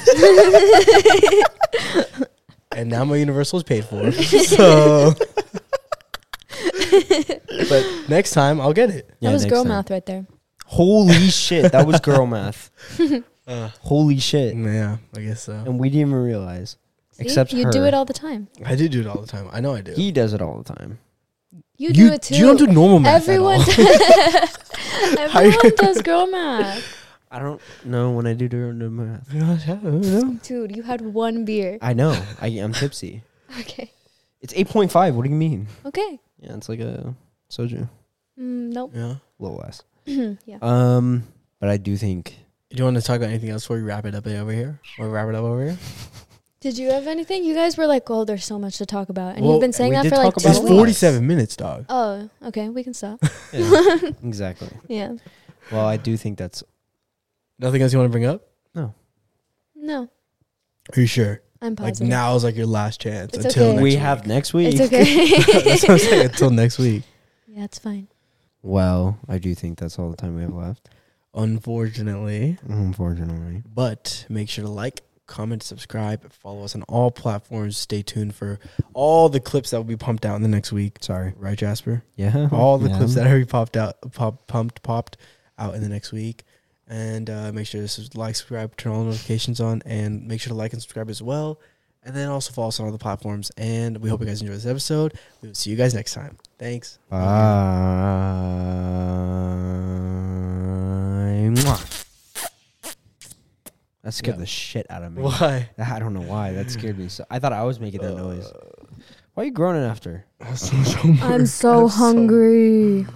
S1: and now my Universal is paid for. So, but next time I'll get it.
S3: that was girl mouth right there.
S2: Holy shit, that was girl math.
S3: Uh.
S2: Holy shit.
S1: yeah, I guess so.
S2: And we didn't even realize.
S3: See?
S2: Except
S3: you do
S2: her.
S3: it all the time.
S1: I do do it all the time. I know I do.
S2: He does it all the time.
S3: You, do it too.
S1: You don't do normal math.
S3: Everyone.
S1: Everyone.
S3: Everyone does girl math.
S2: I don't know when I do do do math.
S3: Dude, you had one beer.
S2: I know. I, I'm tipsy.
S3: Okay.
S2: It's 8.5. What do you mean?
S3: Okay.
S2: Yeah, it's like a soju. A
S3: Mm, nope.
S1: yeah.
S2: little less.
S3: yeah.
S2: Um, But I do think.
S1: Do you want to talk about anything else before we wrap it up over here? Or wrap it up over here?
S3: Did you have anything? You guys were like, "Oh, there's so much to talk about," and
S1: Well,
S3: you've been saying
S2: we
S3: that
S2: did
S3: for like
S2: talk
S3: two
S2: about
S1: It's
S2: a lot.
S3: weeks.
S1: 47 minutes, dog.
S3: Oh, okay. We can stop.
S2: Yeah, exactly.
S3: yeah.
S2: Well, I do think that's.
S1: Nothing else you want to bring up?
S3: No,
S1: Are you sure?
S3: I'm
S1: Like
S3: positive.
S1: now is like your last chance
S3: It's
S1: until
S3: okay.
S1: next
S2: we
S1: week.
S2: have next week.
S3: it's okay.
S1: That's what I'm saying. Until next week.
S3: yeah, it's fine.
S2: Well, I do think that's all the time we have left.
S1: Unfortunately.
S2: Unfortunately.
S1: But make sure to like, comment, subscribe, follow us on all platforms. Stay tuned for all the clips that will be pumped out in the next week.
S2: Sorry.
S1: Right, Jasper?
S2: Yeah.
S1: All the clips
S2: Yeah.
S1: that are popped out, pop, pumped, popped out in the next week. And uh, make sure to sus- like, subscribe, turn all notifications on, and make sure to like and subscribe as well. And then also follow us on all the platforms. And we hope you guys enjoy this episode. We will see you guys next time. Thanks.
S2: Bye. Mwah. That scared
S1: Yeah.
S2: the shit out of me.
S1: Why? Uh,
S2: I don't know why. That scared me. So I thought I was making that noise. Why are you groaning after?
S1: I'm so, so
S3: I'm so hungry.